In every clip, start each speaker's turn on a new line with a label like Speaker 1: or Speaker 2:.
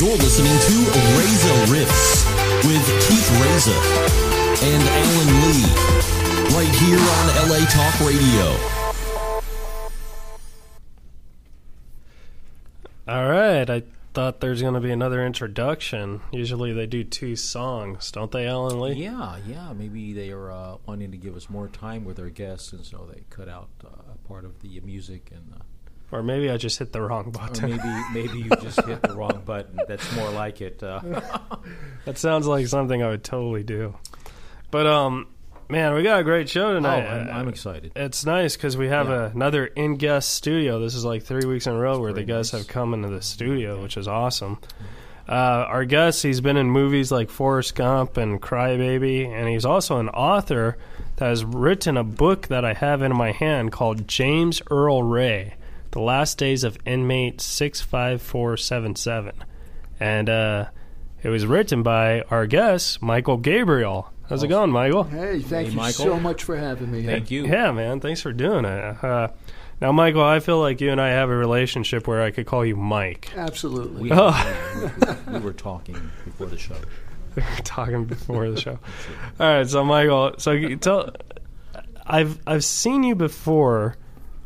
Speaker 1: You're listening to Razor Riffs with Keith Razor and Alan Lee right here on LA Talk Radio.
Speaker 2: All right. I thought there's going to be another introduction. Usually they do two songs, don't they, Alan Lee?
Speaker 3: Yeah, yeah. Maybe they are uh, wanting to give us more time with our guests, and so they cut out uh, a part of the music, and uh,
Speaker 2: Or maybe I just hit the wrong
Speaker 3: or
Speaker 2: button.
Speaker 3: maybe maybe you just hit the wrong button. That's more like it. Uh,
Speaker 2: that sounds like something I would totally do. But um man, we got a great show
Speaker 3: oh,
Speaker 2: tonight.
Speaker 3: I'm, I'm excited.
Speaker 2: it's nice because we have
Speaker 3: Yeah.
Speaker 2: another in guest studio. This is like three weeks in a row where the
Speaker 3: very
Speaker 2: guests
Speaker 3: nice.
Speaker 2: have come into the studio, which is awesome. Uh, our guest, he's been in movies like Forrest Gump and Crybaby, and he's also an author that has written a book that I have in my hand called James Earl Ray The Last Days of Inmate 65477. And uh, it was written by our guest, Michael Gabriel. How's it going, Michael?
Speaker 4: Hey, thank
Speaker 3: Hey,
Speaker 4: you
Speaker 3: Michael.
Speaker 4: so much for having me.
Speaker 3: Thank you.
Speaker 2: Yeah, man. Thanks for doing it. Uh, now, Michael, I feel like you and I have a relationship where I could call you Mike.
Speaker 4: Absolutely.
Speaker 3: We, we, we were talking before the show.
Speaker 2: We were talking before the show. All right, so Michael, so you tell, I've I've seen you before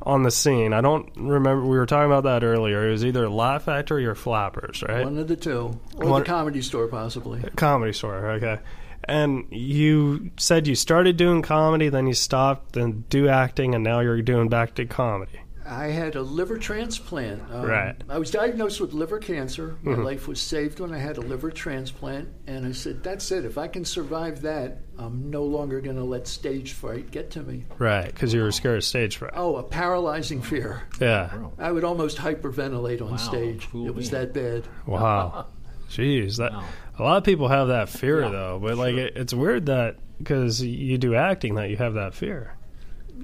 Speaker 2: on the scene. I don't remember. We were talking about that earlier. It was either Laugh Factory or Flappers, right?
Speaker 4: One of the two, or
Speaker 2: One-
Speaker 4: the comedy store, possibly.
Speaker 2: Comedy Store. Okay. And you said you started doing comedy, then you stopped, then do acting, and now you're doing back to comedy.
Speaker 4: I had a liver transplant. Um,
Speaker 2: Right.
Speaker 4: I was diagnosed with liver cancer. My
Speaker 3: Mm-hmm.
Speaker 4: life was saved when I had a liver transplant, and I said, "That's it. If I can survive that, I'm no longer going to let stage fright get to me."
Speaker 2: Right, because you were scared of stage fright.
Speaker 4: Oh, a paralyzing fear.
Speaker 2: yeah.
Speaker 3: Wow.
Speaker 4: I would almost hyperventilate on
Speaker 3: Wow,
Speaker 4: stage.
Speaker 3: cool
Speaker 4: it was
Speaker 3: man.
Speaker 4: that bad.
Speaker 2: Wow. Jeez, that
Speaker 3: Wow.
Speaker 2: a lot of people have that fear
Speaker 3: Yeah,
Speaker 2: though, but like it, it's weird that because you do acting that you have that fear.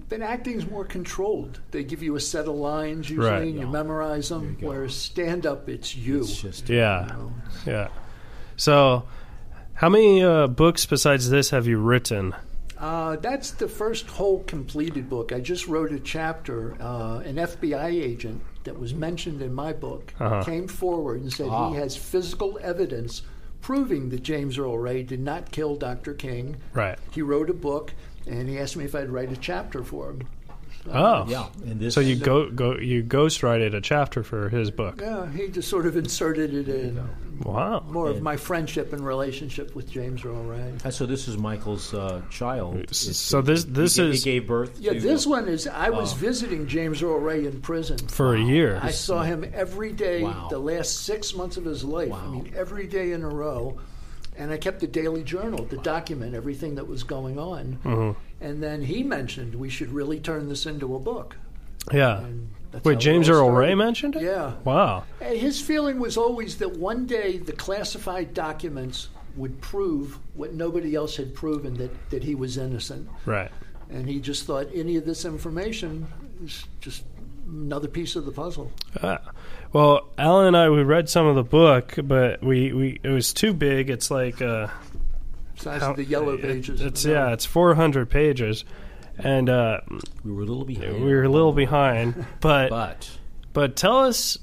Speaker 4: Then acting's more controlled. They give you a set of lines usually,
Speaker 2: Right.
Speaker 4: and you
Speaker 3: Yeah.
Speaker 4: memorize them.
Speaker 3: go.
Speaker 4: Whereas stand up, it's you.
Speaker 3: It's just
Speaker 2: Yeah,
Speaker 4: you know?
Speaker 2: yeah. So, how many uh, books besides this have you written?
Speaker 4: Uh, that's the first whole completed book. I just wrote a chapter. Uh, an FBI agent that was mentioned in my book
Speaker 2: Uh-huh.
Speaker 4: came forward and said
Speaker 3: Ah.
Speaker 4: he has physical evidence proving that James Earl Ray did not kill Dr. King.
Speaker 2: Right.
Speaker 4: He wrote a book, and he asked me if I'd write a chapter for him.
Speaker 2: Oh,
Speaker 3: yeah. And this
Speaker 2: So you go go you ghostwrited a chapter for his book.
Speaker 4: Yeah, he just sort of inserted it in
Speaker 2: Wow.
Speaker 4: more of my friendship and relationship with James Earl Ray.
Speaker 3: Uh, so this is Michael's uh, child. It's-
Speaker 2: So this this
Speaker 3: he, ga-
Speaker 2: is
Speaker 3: he gave birth.
Speaker 4: Yeah,
Speaker 3: to,
Speaker 4: this
Speaker 3: uh,
Speaker 4: one is. I was visiting James Earl Ray in prison.
Speaker 2: for a year.
Speaker 4: I saw him every day
Speaker 3: Wow.
Speaker 4: the last six months of his life. I
Speaker 3: Wow.
Speaker 4: mean, every day in a row. And I kept a daily journal to document everything that was going on.
Speaker 2: Mm-hmm.
Speaker 4: And then he mentioned we should really turn this into a book.
Speaker 2: yeah.
Speaker 4: And that's how
Speaker 2: Wait,
Speaker 4: it
Speaker 2: James
Speaker 4: all
Speaker 2: Earl
Speaker 4: started.
Speaker 2: Ray mentioned it.
Speaker 4: Yeah.
Speaker 2: Wow.
Speaker 4: And His feeling was always that one day the classified documents would prove what nobody else had proven that, that he was innocent.
Speaker 2: Right.
Speaker 4: And he just thought any of this information is just another piece of the puzzle.
Speaker 2: Ah. Well, Alan and I we read some of the book, but we, we it was too big. It's like uh,
Speaker 4: Size
Speaker 2: how-
Speaker 4: of the yellow pages.
Speaker 2: It's yeah, it's four hundred pages, and uh,
Speaker 3: We were a little behind.
Speaker 2: we were a little behind. But but,
Speaker 3: but
Speaker 2: tell us,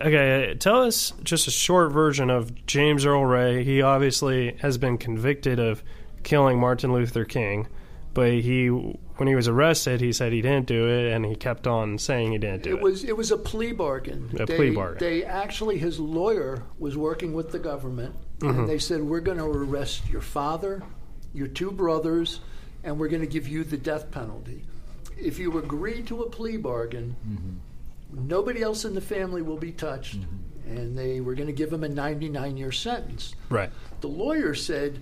Speaker 2: okay, tell us just a short version of James Earl Ray. He obviously has been convicted of killing Martin Luther King, but he when he was arrested, he said he didn't do it, and he kept on saying he didn't do it.
Speaker 4: It was it was a plea bargain.
Speaker 2: A
Speaker 4: they,
Speaker 2: plea bargain.
Speaker 4: They actually, his lawyer was working with the government,
Speaker 2: Mm-hmm.
Speaker 4: and they said, "We're going to arrest your father, your two brothers, and we're going to give you the death penalty. If you agree to a plea bargain,
Speaker 2: Mm-hmm.
Speaker 4: nobody else in the family will be touched." And they were going to give him a 99 year sentence.
Speaker 2: right.
Speaker 4: The lawyer said,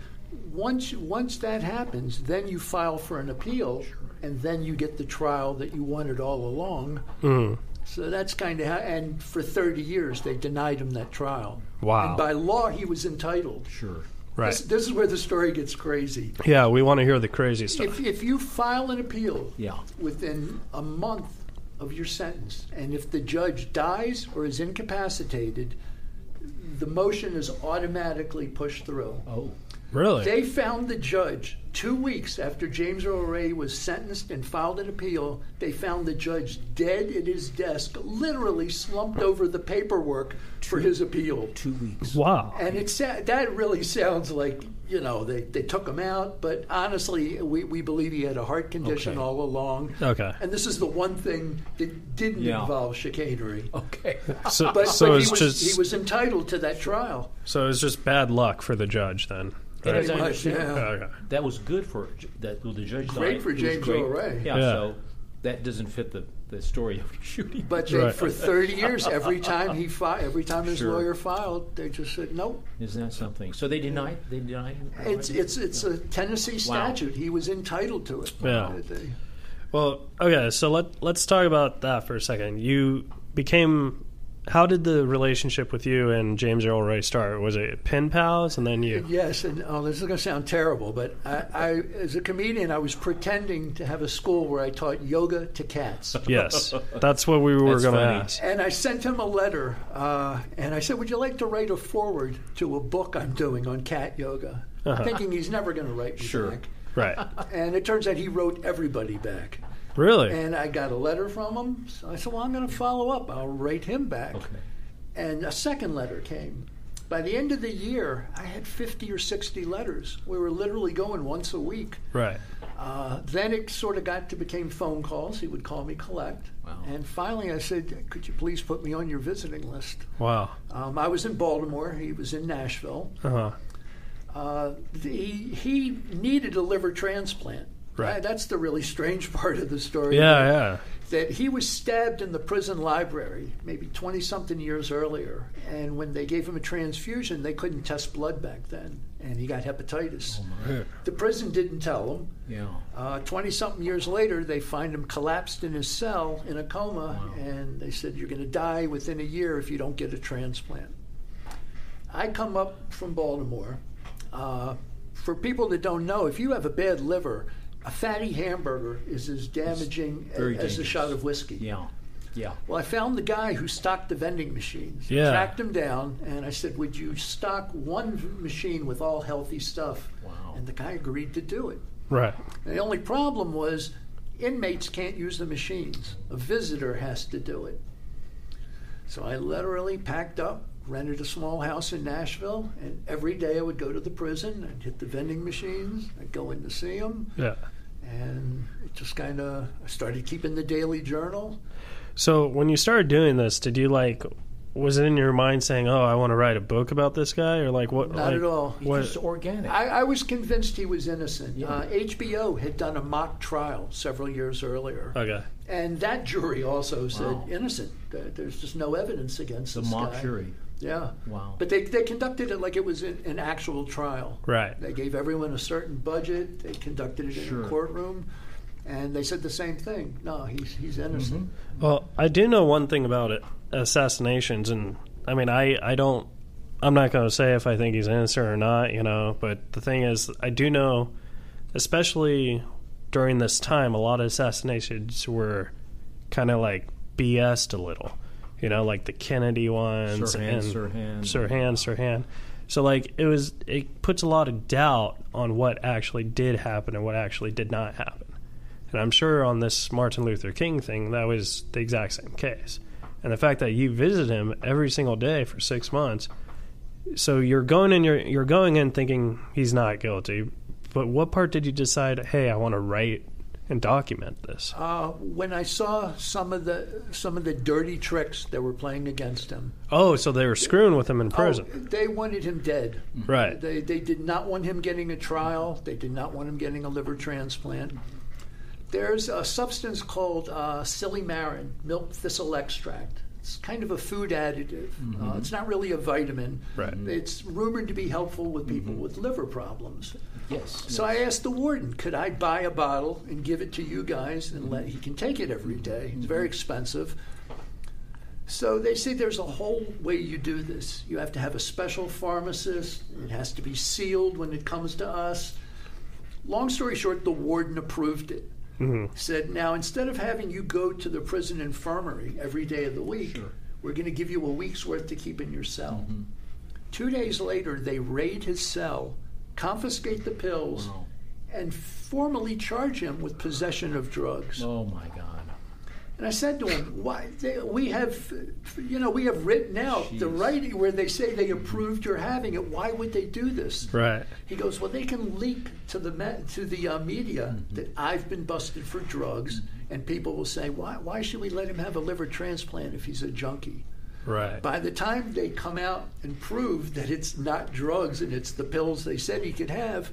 Speaker 4: once once that happens, then you file for an appeal, and then you get the trial that you wanted all along.
Speaker 2: Hmm.
Speaker 4: So that's kind of how. And for 30 years, they denied him that trial.
Speaker 2: Wow.
Speaker 4: And by law, he was entitled.
Speaker 3: sure.
Speaker 2: Right.
Speaker 4: This, this is where the story gets crazy.
Speaker 2: yeah, we want to hear the crazy stuff.
Speaker 4: If, if you file an appeal
Speaker 3: Yeah.
Speaker 4: within a month of your sentence, and if the judge dies or is incapacitated, the motion is automatically pushed through.
Speaker 3: Oh.
Speaker 2: Really?
Speaker 4: They found the judge two weeks after James Earl Ray was sentenced and filed an appeal. They found the judge dead at his desk, literally slumped over the paperwork for his appeal.
Speaker 3: Two weeks.
Speaker 2: wow.
Speaker 4: And it sa- that really sounds like you know they, they took him out, but honestly, we, we believe he had a heart condition
Speaker 3: Okay.
Speaker 4: all along.
Speaker 2: Okay.
Speaker 4: And this is the one thing that didn't
Speaker 3: Yeah.
Speaker 4: involve chicanery.
Speaker 3: Okay.
Speaker 2: So,
Speaker 4: But,
Speaker 2: so
Speaker 4: but
Speaker 2: it's
Speaker 4: he, was,
Speaker 2: just
Speaker 4: he was entitled to that trial.
Speaker 2: so it's just bad luck for the judge then.
Speaker 3: As
Speaker 2: Right?
Speaker 3: I
Speaker 4: much,
Speaker 3: understand,
Speaker 4: yeah.
Speaker 2: Okay.
Speaker 3: That was good for J- that. Well, the judge
Speaker 4: Great
Speaker 3: died.
Speaker 4: for
Speaker 3: It was
Speaker 4: James
Speaker 3: great.
Speaker 4: Earl Ray.
Speaker 3: Yeah,
Speaker 2: Yeah.
Speaker 3: So that doesn't fit the, the story of shooting.
Speaker 4: But they,
Speaker 2: Right.
Speaker 4: for 30 years, every time he fi- every time his
Speaker 3: Sure.
Speaker 4: lawyer filed, they just said nope.
Speaker 3: isn't that something? So they denied. They denied.
Speaker 4: It's it's it's a Tennessee
Speaker 3: Wow.
Speaker 4: statute. He was entitled to it.
Speaker 2: Yeah.
Speaker 4: They-
Speaker 2: Well, okay, so let let's talk about that for a second. You became how did the relationship with you and James Earl Ray start? Was it pen pals and then you?
Speaker 4: Yes, and oh, this is going to sound terrible, but I, I, as a comedian, I was pretending to have a school where I taught yoga to cats.
Speaker 2: Yes, that's what we were
Speaker 3: That's
Speaker 2: going to
Speaker 3: funny.
Speaker 2: ask.
Speaker 4: And I sent him a letter, uh, and I said, "Would you like to write a foreword to a book I'm doing on cat yoga?" Thinking he's never going to write me
Speaker 3: Sure.
Speaker 4: back.
Speaker 2: Right,
Speaker 4: And it turns out he wrote everybody back.
Speaker 2: really?
Speaker 4: And I got a letter from him. So I said, "Well, I'm going to follow up. I'll write him back."
Speaker 3: Okay.
Speaker 4: And a second letter came. By the end of the year, I had 50 or 60 letters. We were literally going once a week.
Speaker 2: Right.
Speaker 4: Uh, then it sort of got to became phone calls. He would call me collect.
Speaker 3: Wow.
Speaker 4: And finally, I said, Could you please put me on your visiting list?
Speaker 2: Wow.
Speaker 4: Um, I was in Baltimore, he was in Nashville.
Speaker 2: Uh huh.
Speaker 4: Uh, the, he needed a liver transplant.
Speaker 2: Right.
Speaker 4: Uh, that's the really strange part of the story.
Speaker 2: Yeah, yeah.
Speaker 4: That he was stabbed in the prison library maybe 20 something years earlier. And when they gave him a transfusion, they couldn't test blood back then. And he got hepatitis. the prison didn't tell him.
Speaker 3: Yeah.
Speaker 4: Twenty something Uh, years later, they find him collapsed in his cell in a coma, and they said, "You're going to die within a year if you don't get a transplant." I come up from Baltimore. Uh, for people that don't know, if you have a bad liver, a fatty hamburger is as damaging a-
Speaker 3: very
Speaker 4: as a
Speaker 3: dangerous.
Speaker 4: shot of whiskey.
Speaker 3: Yeah. Yeah.
Speaker 4: Well, I found the guy who stocked the vending machines.
Speaker 2: Yeah.
Speaker 4: Tracked him down, and I said, "Would you stock one v- machine with all healthy stuff?"
Speaker 3: Wow.
Speaker 4: And the guy agreed to do it.
Speaker 2: Right.
Speaker 4: The only problem was inmates can't use the machines. A visitor has to do it. So I literally packed up, rented a small house in Nashville, and every day I would go to the prison. I'd hit the vending machines. I'd go in to see them,
Speaker 2: Yeah.
Speaker 4: and it just kind of I started keeping the daily journal.
Speaker 2: So when you started doing this, did you like? Was it in your mind saying, "Oh, I want to write a book about this guy," or like what?
Speaker 4: Not
Speaker 2: like,
Speaker 4: at all.
Speaker 3: It's
Speaker 2: What?
Speaker 3: just organic.
Speaker 4: I, I was convinced he was innocent.
Speaker 3: Yeah.
Speaker 4: Uh, HBO had done a mock trial several years earlier,
Speaker 2: Okay.
Speaker 4: and that jury also said
Speaker 3: Uh, Wow.
Speaker 4: innocent. There- There's just no evidence against
Speaker 3: the
Speaker 4: this
Speaker 3: mock
Speaker 4: guy.
Speaker 3: jury.
Speaker 4: Yeah.
Speaker 3: Wow.
Speaker 4: But they, they conducted it like it was an, an actual trial.
Speaker 2: Right.
Speaker 4: They gave everyone a certain budget. They conducted it in
Speaker 3: Sure.
Speaker 4: a courtroom. And they said the same thing. No, he's, he's innocent.
Speaker 2: Well, I do know one thing about it, assassinations, and I mean, I, I don't, I'm not going to say if I think he's innocent or not, you know, but the thing is, I do know, especially during this time, a lot of assassinations were kind of like BS'd a little, you know, like the Kennedy ones
Speaker 3: Sirhan,
Speaker 2: and
Speaker 3: Sirhan.
Speaker 2: Sirhan, Sirhan. So like it was, it puts a lot of doubt on what actually did happen and what actually did not happen. And I'm sure on this Martin Luther King thing, that was the exact same case. And the fact that you visit him every single day for six months, so you're going in, you're, you're going in thinking he's not guilty. But what part did you decide? Hey, I want to write and document this.
Speaker 4: Uh, when I saw some of the some of the dirty tricks that were playing against him,
Speaker 2: Oh, so they were screwing with him in
Speaker 4: Oh,
Speaker 2: prison,
Speaker 4: they wanted him dead.
Speaker 2: right?
Speaker 4: They, they did not want him getting a trial. They did not want him getting a liver transplant. There's a substance called uh, silimarin, milk thistle extract. It's kind of a food additive. Uh, it's not really a vitamin.
Speaker 2: Mm-hmm. Right. Mm-hmm.
Speaker 4: It's rumored to be helpful with people with liver problems.
Speaker 3: yes.
Speaker 4: So I asked the warden, could I buy a bottle and give it to you guys and let he can take it every day? It's very expensive. So they say there's a whole way you do this. You have to have a special pharmacist. It has to be sealed when it comes to us. Long story short, the warden approved it.
Speaker 2: Mm-hmm.
Speaker 4: Said, now instead of having you go to the prison infirmary every day of the week, we're going to give you a week's worth to keep in your cell. Two days later, they raid his cell confiscate the pills,
Speaker 3: Wow.
Speaker 4: and formally charge him with possession of drugs.
Speaker 3: Oh my God.
Speaker 4: And I said to him, "Why? They, we have, you know, we have written out the
Speaker 3: Jeez.
Speaker 4: writing where they say they approved your having it. Why would they do this?"
Speaker 2: Right.
Speaker 4: He goes, "Well, they can leak to the me- to the uh, media that I've been busted for drugs, and people will say, why, why should we let him have a liver transplant if he's a junkie?"
Speaker 2: Right.
Speaker 4: By the time they come out and prove that it's not drugs and it's the pills they said he could have,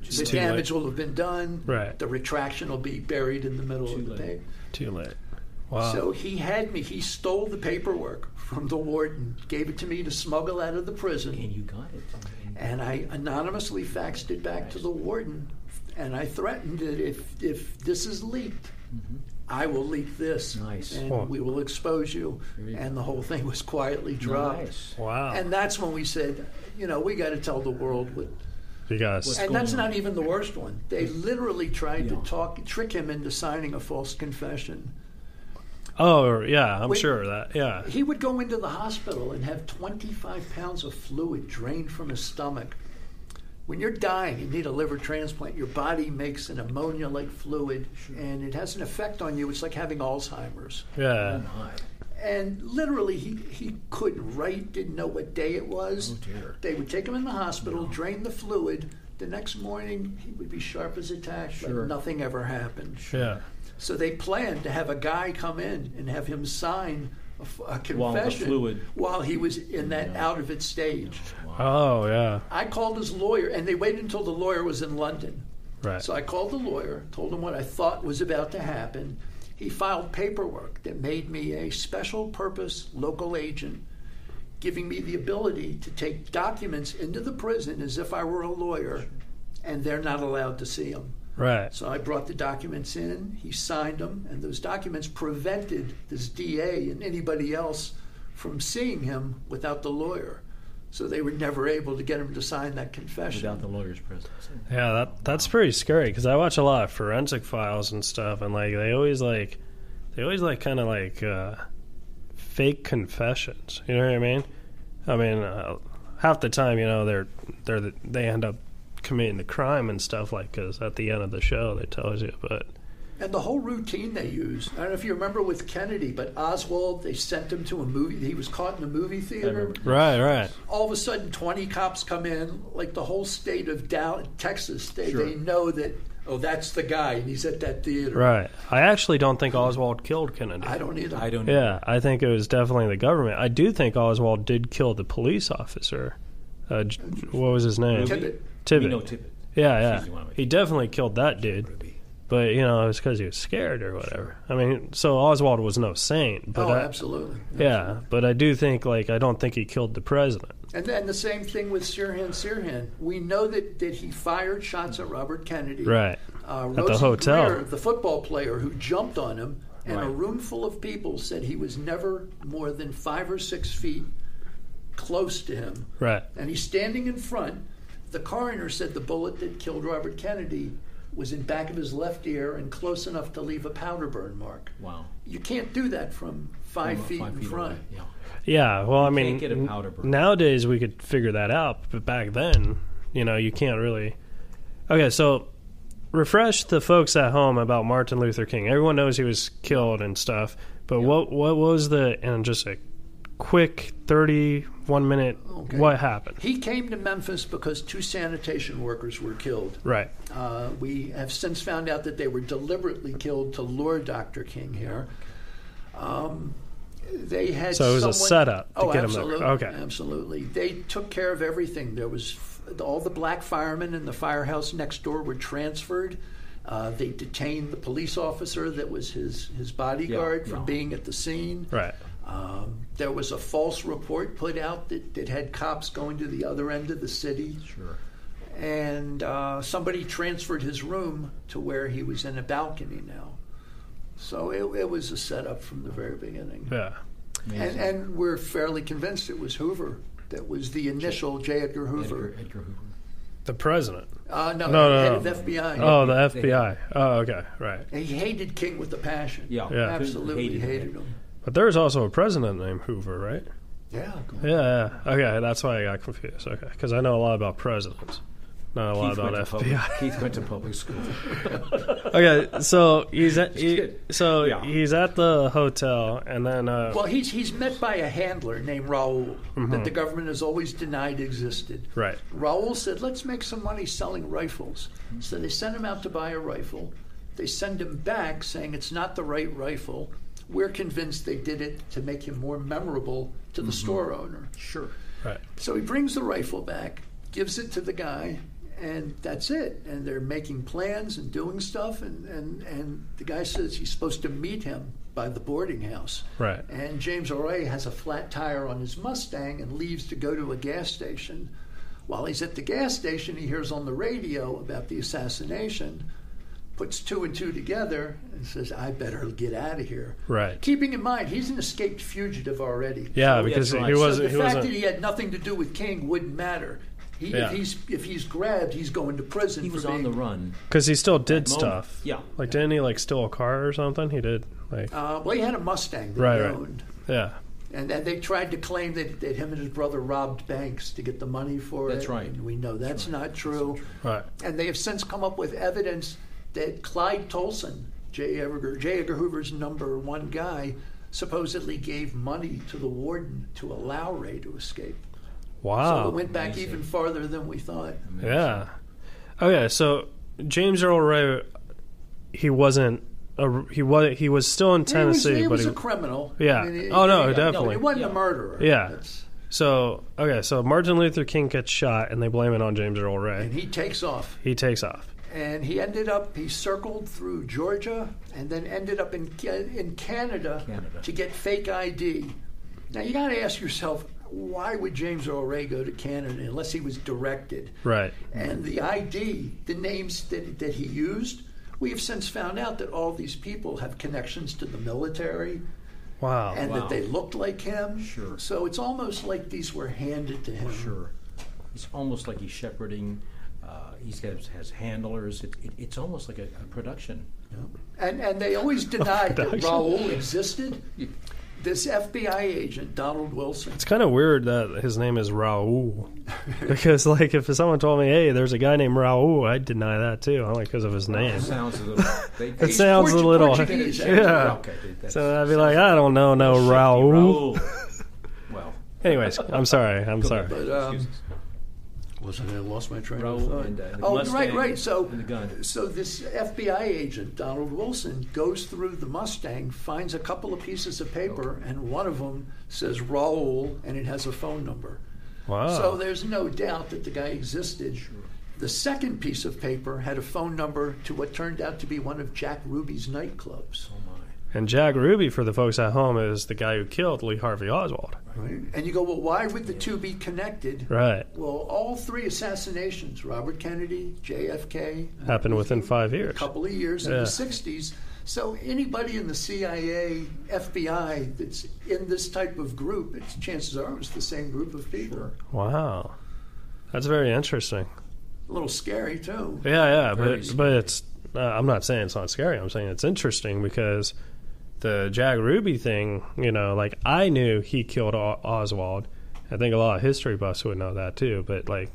Speaker 4: the
Speaker 2: too
Speaker 4: damage
Speaker 2: late.
Speaker 4: will have been done.
Speaker 2: Right.
Speaker 4: The retraction will be buried in the middle of the
Speaker 3: late.
Speaker 4: paper.
Speaker 2: Too late. Wow.
Speaker 4: So he had me. He stole the paperwork from the warden, gave it to me to smuggle out of the prison,
Speaker 3: And you got it.
Speaker 4: and I anonymously faxed it back to the warden, and I threatened that if if this is leaked, I will leak this,
Speaker 3: Nice.
Speaker 4: and
Speaker 2: Mm-hmm. Huh.
Speaker 4: we will expose you.
Speaker 3: you go.
Speaker 4: And the whole thing was quietly dropped.
Speaker 3: Nice.
Speaker 2: wow.
Speaker 4: And that's when we said, you know, we got to tell the world what.
Speaker 2: you guys.
Speaker 4: And
Speaker 3: going
Speaker 4: that's
Speaker 3: on?
Speaker 4: not even the worst one. They literally tried
Speaker 3: Yeah.
Speaker 4: to talk, trick him into signing a false confession.
Speaker 2: Oh yeah, I'm
Speaker 4: Wait.
Speaker 2: sure of that. Yeah.
Speaker 4: He would go into the hospital and have 25 pounds of fluid drained from his stomach. When you're dying and need a liver transplant, your body makes an ammonia like fluid and it has an effect on you. It's like having Alzheimer's.
Speaker 2: Yeah.
Speaker 3: Oh, My.
Speaker 4: And literally, he, he couldn't write, didn't know what day it was.
Speaker 3: Oh, dear.
Speaker 4: They would take him in the hospital, drain the fluid. The next morning, he would be sharp as a tack,
Speaker 3: Sure.
Speaker 4: but nothing ever happened.
Speaker 2: Yeah.
Speaker 4: So they planned to have a guy come in and have him sign a, f- a confession
Speaker 3: While the fluid-
Speaker 4: while he was in that out of it stage.
Speaker 2: Oh yeah.
Speaker 4: I called his lawyer, and they waited until the lawyer was in London.
Speaker 2: Right.
Speaker 4: So I called the lawyer, told him what I thought was about to happen. He filed paperwork that made me a special purpose local agent, giving me the ability to take documents into the prison as if I were a lawyer, and they're not allowed to see them.
Speaker 2: right.
Speaker 4: So I brought the documents in, he signed them, and those documents prevented this DA and anybody else from seeing him without the lawyer. So they were never able to get him to sign that confession.
Speaker 3: Without the lawyer's presence.
Speaker 2: Yeah, that that's pretty scary because I watch a lot of forensic files and stuff, and like they always like they always like kind of like uh, fake confessions. You know what I mean? I mean, uh, half the time, you know, they're they're the, they end up committing the crime and stuff like because at the end of the show they tells you, but
Speaker 4: And the whole routine they used. I don't know if you remember with Kennedy, but Oswald, they sent him to a movie. He was caught in a movie theater.
Speaker 3: remember.
Speaker 2: right, right,
Speaker 4: All of a sudden, 20 cops come in, like the whole state of Dallas, Texas. They,
Speaker 3: Sure.
Speaker 4: they know that, oh, that's the guy, and he's at that theater.
Speaker 2: right. I actually don't think Oswald killed Kennedy.
Speaker 4: I don't either.
Speaker 3: I don't know.
Speaker 2: Yeah, I think it was definitely the government. I do think Oswald did kill the police officer. Uh, J- what was his name?
Speaker 4: Tippit.
Speaker 3: We
Speaker 2: Tippit.
Speaker 3: know Tippett.
Speaker 2: Yeah,
Speaker 3: She's the
Speaker 2: yeah.
Speaker 3: one with-
Speaker 2: He definitely killed that dude,
Speaker 3: Ruby.
Speaker 2: but you know it was because he was scared or whatever. I mean, so Oswald was no saint, but
Speaker 4: Oh,
Speaker 2: I,
Speaker 4: absolutely.
Speaker 2: yeah, but I do think like I don't think he killed the president.
Speaker 4: And then the same thing with Sirhan Sirhan. We know that, that he fired shots at Robert Kennedy.
Speaker 2: Right.
Speaker 4: Uh,
Speaker 2: the
Speaker 4: Rosie
Speaker 2: hotel.
Speaker 4: Greer, the football player who jumped on him, and a
Speaker 3: Right.
Speaker 4: room full of people said he was never more than five or six feet close to him.
Speaker 2: Right.
Speaker 4: And he's standing in front. The coroner said the bullet that killed Robert Kennedy was in back of his left ear and close enough to leave a powder burn mark.
Speaker 3: Wow.
Speaker 4: You can't do that from five
Speaker 3: About
Speaker 4: feet
Speaker 3: five
Speaker 4: in
Speaker 3: feet
Speaker 4: front.
Speaker 3: away. Yeah.
Speaker 2: Yeah. Well, I mean,
Speaker 3: get a
Speaker 2: n-
Speaker 3: powder burn.
Speaker 2: nowadays we could figure that out, but back then, you know, you can't really. Okay, so refresh the folks at home about Martin Luther King. Everyone knows he was killed and stuff, but what what was the and just a quick thirty one minute
Speaker 4: Okay.
Speaker 2: what happened?
Speaker 4: He came to Memphis because two sanitation workers were killed.
Speaker 2: Right.
Speaker 4: Uh, we have since found out that they were deliberately killed to lure Dr. King here. Um, they had
Speaker 2: So it was a
Speaker 4: someone-
Speaker 2: setup to
Speaker 4: oh,
Speaker 2: get him
Speaker 4: absolutely,
Speaker 2: there. Okay.
Speaker 4: absolutely. They took care of everything. There was all the black firemen in the firehouse next door were transferred. Uh, they detained the police officer that was his his bodyguard from
Speaker 3: yeah.
Speaker 4: being at the scene.
Speaker 2: Right.
Speaker 4: Um, there was a false report put out that, that had cops going to the other end of the city,
Speaker 3: Sure.
Speaker 4: and uh, somebody transferred his room to where he was in a balcony now. So it, it was a setup from the very beginning.
Speaker 2: Yeah.
Speaker 4: And, and we're fairly convinced it was Hoover that was the initial J. Edgar
Speaker 3: Edgar,
Speaker 4: Hoover.
Speaker 3: Edgar Hoover.
Speaker 2: The president.
Speaker 4: Uh, no,
Speaker 2: No, no,
Speaker 4: head
Speaker 2: no.
Speaker 4: of FBI.
Speaker 2: Oh, the
Speaker 3: They-
Speaker 2: FBI. Oh, okay. Right.
Speaker 4: He hated King with a passion.
Speaker 3: Yeah.
Speaker 2: Yeah.
Speaker 4: Absolutely
Speaker 3: Hated
Speaker 4: hated,
Speaker 3: him.
Speaker 4: him.
Speaker 2: But there was also a president named Hoover, right?
Speaker 4: Yeah.
Speaker 2: Yeah. yeah. Okay, that's why I got confused. Okay, because I know a lot about presidents. not a lot
Speaker 3: Keith went,
Speaker 2: about
Speaker 3: to public,
Speaker 2: FBI.
Speaker 3: Keith went to public school.
Speaker 2: okay, so he's at he,
Speaker 3: kidding.
Speaker 2: so
Speaker 3: Yeah.
Speaker 2: he's at the hotel, and then uh,
Speaker 4: Well, he's he's met by a handler named Raul
Speaker 2: Mm-hmm.
Speaker 4: that the government has always denied existed.
Speaker 2: right,
Speaker 4: Raul said, "Let's make some money selling rifles." So they sent him out to buy a rifle. They send him back saying it's not the right rifle. We're convinced they did it to make him more memorable to the store owner.
Speaker 3: sure.
Speaker 2: right,
Speaker 4: So he brings the rifle back, gives it to the guy, and that's it. And they're making plans and doing stuff. And, and, and the guy says he's supposed to meet him by the boarding house.
Speaker 2: right,
Speaker 4: And James O'Reilly has a flat tire on his Mustang and leaves to go to a gas station. While he's at the gas station, he hears on the radio about the assassination, puts two and two together, and says, I better get out of here.
Speaker 2: right.
Speaker 4: Keeping in mind, he's an escaped fugitive already.
Speaker 2: Yeah,
Speaker 3: yeah,
Speaker 2: because
Speaker 3: so
Speaker 2: he
Speaker 3: like- so
Speaker 4: So
Speaker 2: wasn't.
Speaker 4: the
Speaker 2: He
Speaker 4: fact that he
Speaker 2: wasn't.
Speaker 4: had nothing to do with King wouldn't matter. He,
Speaker 2: Yeah.
Speaker 4: if, he's, if he's grabbed, he's going to prison.
Speaker 3: He
Speaker 4: for
Speaker 3: was on
Speaker 4: being-
Speaker 3: the run.
Speaker 2: Because he still did
Speaker 3: Moment.
Speaker 2: stuff.
Speaker 3: Yeah.
Speaker 2: Like, didn't he like steal a car or something? He did. Like,
Speaker 4: Uh, well, he had a Mustang that
Speaker 2: Right,
Speaker 4: he
Speaker 2: right.
Speaker 4: owned.
Speaker 2: yeah,
Speaker 4: And then they tried to claim that, that him and his brother robbed banks to get the money for it.
Speaker 3: That's right.
Speaker 4: And we know that's, not true.
Speaker 2: right,
Speaker 4: And they have since come up with evidence that Clyde Tolson, J. Edgar, J. Edgar Hoover's number one guy, supposedly gave money to the warden to allow Ray to escape. So it
Speaker 2: wow,
Speaker 4: went back
Speaker 3: amazing.
Speaker 4: even farther than we thought.
Speaker 2: Oh, yeah. Okay, so James Earl Ray, he wasn't. A, he was. He was still in Tennessee,
Speaker 4: he was, he
Speaker 2: but
Speaker 4: was
Speaker 2: he,
Speaker 4: a criminal.
Speaker 2: Yeah.
Speaker 4: I mean, he-
Speaker 2: Oh, no,
Speaker 4: he-
Speaker 2: definitely.
Speaker 4: He wasn't
Speaker 3: Yeah.
Speaker 4: a murderer.
Speaker 2: Yeah.
Speaker 4: That's-
Speaker 2: so okay. So Martin Luther King gets shot, and they blame it on James Earl Ray.
Speaker 4: and he takes off.
Speaker 2: He takes off.
Speaker 4: and he ended up he circled through Georgia and then ended up in Ca- in Canada,
Speaker 3: Canada.
Speaker 4: to get fake ID. Now you got to ask yourself why would James Earl Ray go to Canada unless he was directed?
Speaker 2: Right.
Speaker 4: And the ID, the names that that he used, we have since found out that all these people have connections to the military
Speaker 2: Wow.
Speaker 4: and
Speaker 3: wow.
Speaker 4: that they looked like him.
Speaker 3: Sure.
Speaker 4: So it's almost like these were handed to him.
Speaker 3: Sure. It's almost like he's shepherding. Uh, he's got has handlers. It, it, it's almost like a, a production.
Speaker 4: And, and they always denied that
Speaker 2: production.
Speaker 4: Raul existed. This FBI agent, Donald Wilson,
Speaker 2: It's kind of weird that his name is Raul, because like if someone told me, "Hey, there's a guy named Raul," I'd deny that too, only because of his name.
Speaker 3: sounds a little. They,
Speaker 2: It sounds
Speaker 4: Portu-
Speaker 2: a little,
Speaker 4: Portuguese,
Speaker 2: yeah.
Speaker 3: Okay, that's-
Speaker 2: So I'd be like, I don't know, no Raul.
Speaker 3: Raoul. well,
Speaker 2: Anyways, I'm sorry, I'm sorry.
Speaker 4: but um, wasn't I lost my train of
Speaker 3: Raoul
Speaker 4: thought?
Speaker 3: and, uh, the
Speaker 4: oh,
Speaker 3: Mustang
Speaker 4: right, right. So,
Speaker 3: and the gun.
Speaker 4: so this FBI agent, Donald Wilson, goes through the Mustang, finds a couple of pieces of paper, and one of them says Raul, and it has a phone number.
Speaker 2: Wow.
Speaker 4: So there's no doubt that the guy existed. The second piece of paper had a phone number to what turned out to be one of Jack Ruby's nightclubs.
Speaker 3: Oh my.
Speaker 2: and Jack Ruby, for the folks at home, is the guy who killed Lee Harvey Oswald.
Speaker 4: Right? And you go, well, why would the two be connected?
Speaker 2: Right.
Speaker 4: Well, all three assassinations, Robert Kennedy, JFK,
Speaker 2: Happened within five
Speaker 4: a
Speaker 2: years.
Speaker 4: couple of years in
Speaker 2: Yeah.
Speaker 4: the 60s. So anybody in the CIA, FBI that's in this type of group, it's, chances are it's the same group of people.
Speaker 2: Wow. That's very interesting.
Speaker 4: A little scary, too.
Speaker 2: Yeah, yeah,
Speaker 3: Very
Speaker 2: but but it's. Uh, I'm not saying it's not scary. I'm saying it's interesting because the Jack Ruby thing. You know, like I knew he killed o- Oswald. I think a lot of history buffs would know that too. But like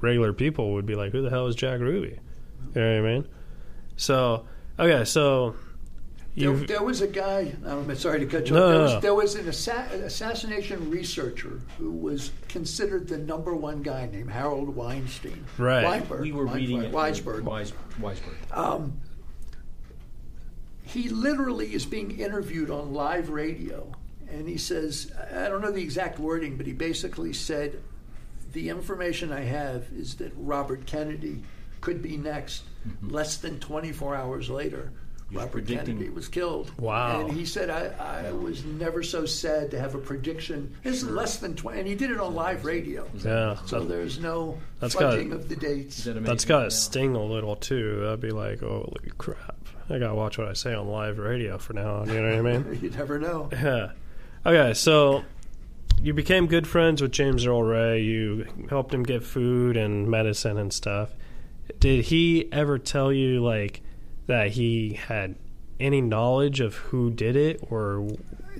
Speaker 2: regular people would be like, "Who the hell is Jack Ruby?" You know what I mean? So okay, so
Speaker 4: There,
Speaker 2: you
Speaker 4: there was a guy. I'm sorry to cut you.
Speaker 2: No,
Speaker 4: off. There,
Speaker 2: no,
Speaker 4: was,
Speaker 2: no.
Speaker 4: there was an assa- assassination researcher who was considered the number one guy named Harold Weinstein.
Speaker 2: Right.
Speaker 4: Weinberg,
Speaker 3: We were
Speaker 4: Weinberg,
Speaker 3: reading it.
Speaker 4: Weisberg.
Speaker 3: Weis, Weisberg.
Speaker 4: Um, he literally is being interviewed on live radio, and he says, I don't know the exact wording, but he basically said, The information I have is that Robert Kennedy could be next. Less than 24 hours later,
Speaker 3: was
Speaker 4: Robert
Speaker 3: Mm-hmm. predicting-
Speaker 4: Kennedy was killed.
Speaker 2: Wow.
Speaker 4: And he said, I, I was never so sad to have a prediction. This is less than 20, and he did it on live radio.
Speaker 2: yeah,
Speaker 4: So there's no
Speaker 2: That's got-
Speaker 4: fudging of the dates.
Speaker 3: Is that amazing?
Speaker 2: that's got
Speaker 3: Yeah.
Speaker 2: to sting a little too. That'd be like, holy crap! I gotta watch what I say on live radio for now on. You know what I mean?
Speaker 4: You never know.
Speaker 2: Yeah. Okay, so you became good friends with James Earl Ray. You helped him get food and medicine and stuff. Did he ever tell you like that he had any knowledge of who did it or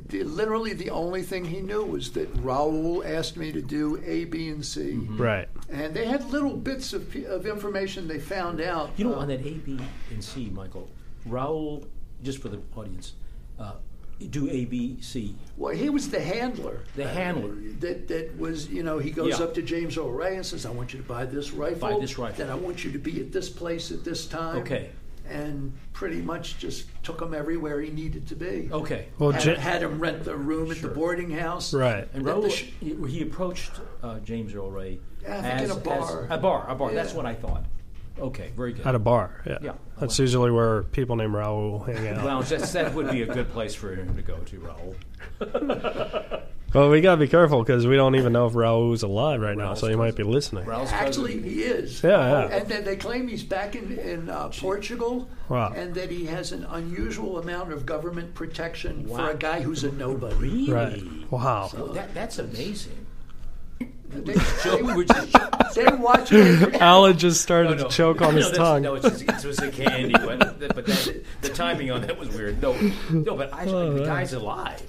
Speaker 4: the, literally the only thing he knew was that Raul asked me to do A, B, and C.
Speaker 3: Mm-hmm.
Speaker 2: Right.
Speaker 4: And they had little bits of, p- of information they found out.
Speaker 3: You know,
Speaker 4: uh,
Speaker 3: on that A, B, and C, Michael, Raul, just for the audience, uh, do A, B, C.
Speaker 4: Well, he was the handler. Uh,
Speaker 3: The handler.
Speaker 4: That that was, you know, he goes
Speaker 3: Yeah.
Speaker 4: up to James O'Reilly and says, "I want you to buy this rifle.
Speaker 3: Buy this rifle.
Speaker 4: Then I want you to be at this place at this time."
Speaker 3: Okay.
Speaker 4: And pretty much just took him everywhere he needed to be.
Speaker 3: Okay.
Speaker 2: Well,
Speaker 4: had,
Speaker 2: Ja-
Speaker 4: had him rent the room at
Speaker 3: Sure.
Speaker 4: the boarding house.
Speaker 2: Right.
Speaker 3: And
Speaker 4: That
Speaker 3: Raul,
Speaker 4: the sh-
Speaker 3: he he approached uh, James Earl Ray
Speaker 4: Yeah, I think
Speaker 3: as,
Speaker 4: in a bar.
Speaker 3: as- a bar, a bar. That's
Speaker 4: Yeah.
Speaker 3: what I thought. Okay, very good.
Speaker 2: At a bar. Yeah.
Speaker 3: Yeah.
Speaker 2: That's usually where people named Raul hang out.
Speaker 3: Lounge. That's, that would be a good place for him to go to, Raul.
Speaker 2: Well, we gotta be careful because we don't even know if Raul's alive right now, so he might be listening.
Speaker 3: Raul's
Speaker 4: Actually,
Speaker 3: cousin.
Speaker 4: he is.
Speaker 2: Yeah, yeah.
Speaker 4: And then they claim he's back in, in uh, Portugal
Speaker 2: Wow.
Speaker 4: and that he has an unusual amount of government protection
Speaker 3: Wow.
Speaker 4: for a guy who's a nobody.
Speaker 3: really?
Speaker 2: Right. Wow.
Speaker 3: Oh, That, that's amazing.
Speaker 4: They,
Speaker 3: Joe,
Speaker 4: they,
Speaker 3: we were just
Speaker 4: they watch it.
Speaker 2: Alan just started to choke on
Speaker 3: Oh, No,
Speaker 2: his
Speaker 3: that's-
Speaker 2: tongue.
Speaker 3: No, it's just, it was a candy, but, but that, the timing on that was weird. No, no, but I, the guy's alive.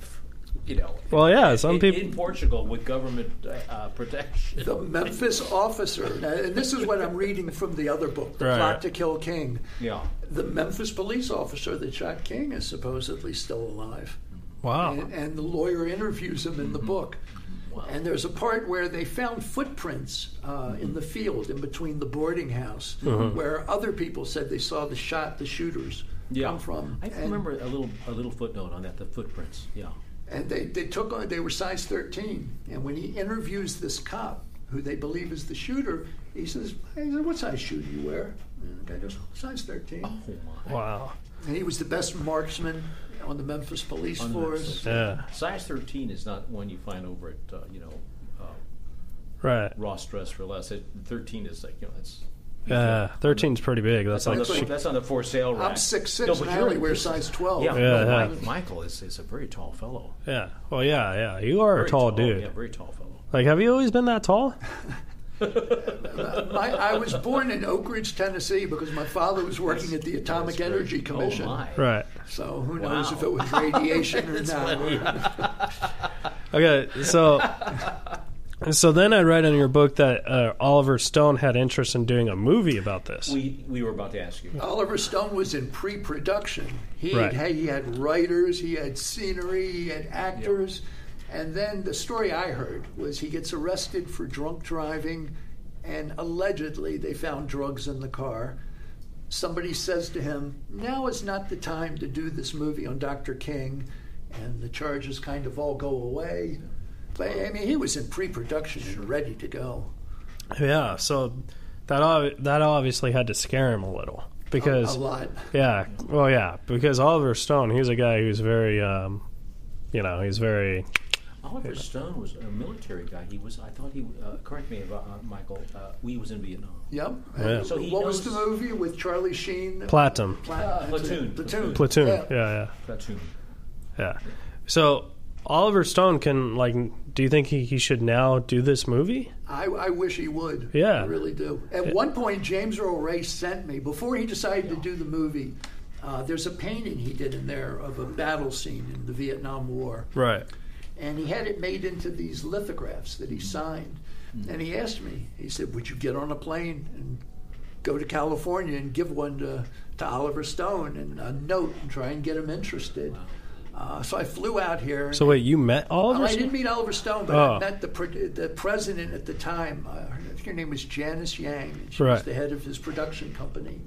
Speaker 3: You know.
Speaker 2: well, yeah, some
Speaker 3: in,
Speaker 2: people.
Speaker 3: in Portugal with government uh, protection.
Speaker 4: The Memphis officer, now, and this is what I'm reading from the other book, The
Speaker 2: Right.
Speaker 4: Plot to Kill King.
Speaker 3: Yeah.
Speaker 4: The Memphis police officer that shot King is supposedly still alive.
Speaker 2: wow.
Speaker 4: and, and the lawyer interviews him in
Speaker 3: Mm-hmm.
Speaker 4: the book. And there's a part where they found footprints uh, in the field in between the boarding house
Speaker 3: Uh-huh.
Speaker 4: where other people said they saw the shot the shooters come from.
Speaker 3: I
Speaker 4: and,
Speaker 3: remember a little a little footnote on that. The footprints. Yeah.
Speaker 4: And they, they took on, they were size 13. And when he interviews this cop, who they believe is the shooter, he says, hey, what size shoe do you wear? And the guy goes, size 13.
Speaker 3: Oh my.
Speaker 2: Wow.
Speaker 4: And he was the best marksman on the Memphis police
Speaker 3: On the Memphis-
Speaker 4: force.
Speaker 2: Yeah.
Speaker 3: Size thirteen is not one you find over at uh, you know uh,
Speaker 2: Right.
Speaker 3: Ross Dress for Less. It, thirteen is like you know that's
Speaker 2: Yeah. Thirteen's pretty big. That's
Speaker 3: that's on
Speaker 2: like.
Speaker 3: the for- that's on the for sale rack.
Speaker 4: I'm 6'6",
Speaker 3: No,
Speaker 4: and
Speaker 3: but
Speaker 4: I
Speaker 3: you're-
Speaker 4: only wear size 12.
Speaker 3: Yeah,
Speaker 2: Yeah,
Speaker 3: no,
Speaker 2: yeah.
Speaker 3: Mi- Michael is, is a very tall fellow.
Speaker 2: Yeah. Well, yeah, yeah. You are
Speaker 3: Very
Speaker 2: a tall, dude.
Speaker 3: Yeah, very tall fellow.
Speaker 2: Like, have you always been that tall?
Speaker 4: my, I was born in Oak Ridge, Tennessee, because my father was working at the Atomic
Speaker 3: That's
Speaker 4: Energy
Speaker 3: great.
Speaker 4: Commission.
Speaker 3: Oh my.
Speaker 2: Right.
Speaker 4: So who knows
Speaker 3: Wow.
Speaker 4: if it was radiation or not?
Speaker 2: Okay. So. So then I read in your book that uh, Oliver Stone had interest in doing a movie about this.
Speaker 3: We we were about to ask you.
Speaker 4: Oliver Stone was in pre-production. He
Speaker 2: Right.
Speaker 4: had, he had writers, he had scenery, he had actors, and then the story I heard was he gets arrested for drunk driving, and allegedly they found drugs in the car. Somebody says to him, "Now is not the time to do this movie on Dr. King," and the charges kind of all go away. But I mean, he was in pre-production and ready to go.
Speaker 2: Yeah. So that ob- that obviously had to scare him a little
Speaker 4: A-
Speaker 2: because
Speaker 4: a lot.
Speaker 2: Yeah. Well, yeah, because Oliver Stone, he's a guy who's very, um, you know, he's very.
Speaker 3: Oliver Stone was a military guy. He was. I thought he. Uh, correct me, if, I- uh, Michael. Uh, we was in Vietnam.
Speaker 4: Yep.
Speaker 2: Yeah.
Speaker 3: So he
Speaker 4: what was the
Speaker 3: knows-
Speaker 4: movie with Charlie Sheen?
Speaker 2: Platinum.
Speaker 4: Pla-
Speaker 3: Platoon.
Speaker 4: Platoon.
Speaker 2: Platoon. Yeah. yeah,
Speaker 3: Platoon.
Speaker 2: yeah. So Oliver Stone can, like, do you think he, he should now do this movie?
Speaker 4: I, I wish he would.
Speaker 2: Yeah.
Speaker 4: I really do. At one point, James Earl Ray sent me, before he decided to do the movie, uh, there's a painting he did in there of a battle scene in the Vietnam War.
Speaker 2: Right.
Speaker 4: And he had it made into these lithographs that he signed. And he asked me, he said, Would you get on a plane and go to California and give one to, to Oliver Stone and a note and try and get him interested? Uh, so I flew out here.
Speaker 2: So wait, you met Oliver?
Speaker 4: Well, Oh, I
Speaker 2: Stone?
Speaker 4: didn't meet Oliver Stone, but
Speaker 2: Oh.
Speaker 4: I met the pre- the president at the time. Uh, her- I think her name was Janice Yang, and she was
Speaker 2: Right.
Speaker 4: the head of his production company.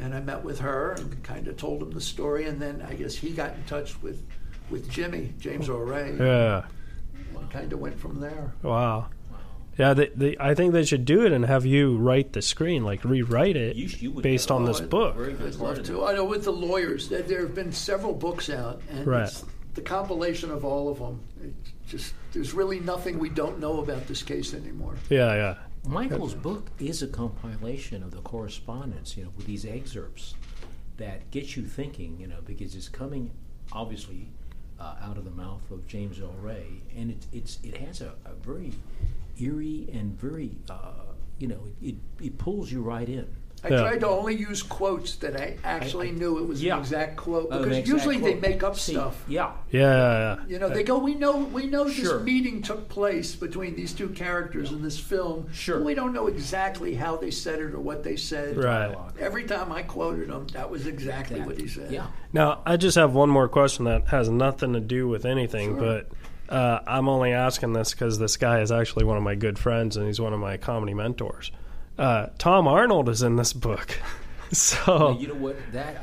Speaker 4: And I met with her and kind of told him the story, and then I guess he got in touch with with Jimmy James O'Reilly,
Speaker 2: Yeah.
Speaker 4: and kind of went from there.
Speaker 2: Wow. Yeah, they, they, I think they should do it and have you write the screen, like rewrite it
Speaker 3: You, you would
Speaker 2: based on
Speaker 4: Oh,
Speaker 2: this
Speaker 4: it-
Speaker 2: book.
Speaker 3: Very good
Speaker 4: I'd love
Speaker 3: part
Speaker 4: to. I know with the lawyers, there, there have been several books out, and
Speaker 2: Right.
Speaker 4: it's the compilation of all of them. It just there's really nothing we don't know about this case anymore.
Speaker 2: Yeah, yeah.
Speaker 3: Michael's book is a compilation of the correspondence, you know, with these excerpts that get you thinking, you know, because it's coming obviously uh, out of the mouth of James L. Ray, and it, it's it has a, a very eerie and very uh, you know it, it, it pulls you right in.
Speaker 4: I
Speaker 2: Yeah.
Speaker 4: tried to only use quotes that I actually knew it was
Speaker 3: Yeah.
Speaker 4: an exact quote
Speaker 3: Oh, the
Speaker 4: because
Speaker 3: exact
Speaker 4: usually they
Speaker 3: quote.
Speaker 4: make up
Speaker 3: See,
Speaker 4: stuff.
Speaker 3: Yeah,
Speaker 2: Yeah, yeah,
Speaker 4: You know, they go, we know, we know
Speaker 3: Sure.
Speaker 4: this meeting took place between these two characters in this film.
Speaker 3: Sure.
Speaker 4: but we don't know exactly how they said it or what they said.
Speaker 2: yeah. right.
Speaker 3: dialogue.
Speaker 4: Every time I quoted him, that was exactly
Speaker 3: That-
Speaker 4: what he said.
Speaker 3: Yeah.
Speaker 2: Now, I just have one more question that has nothing to do with anything, but uh, I'm only asking this because this guy is actually one of my good friends and he's one of my comedy mentors. Uh, Tom Arnold is in this book, so
Speaker 3: You know what? That I,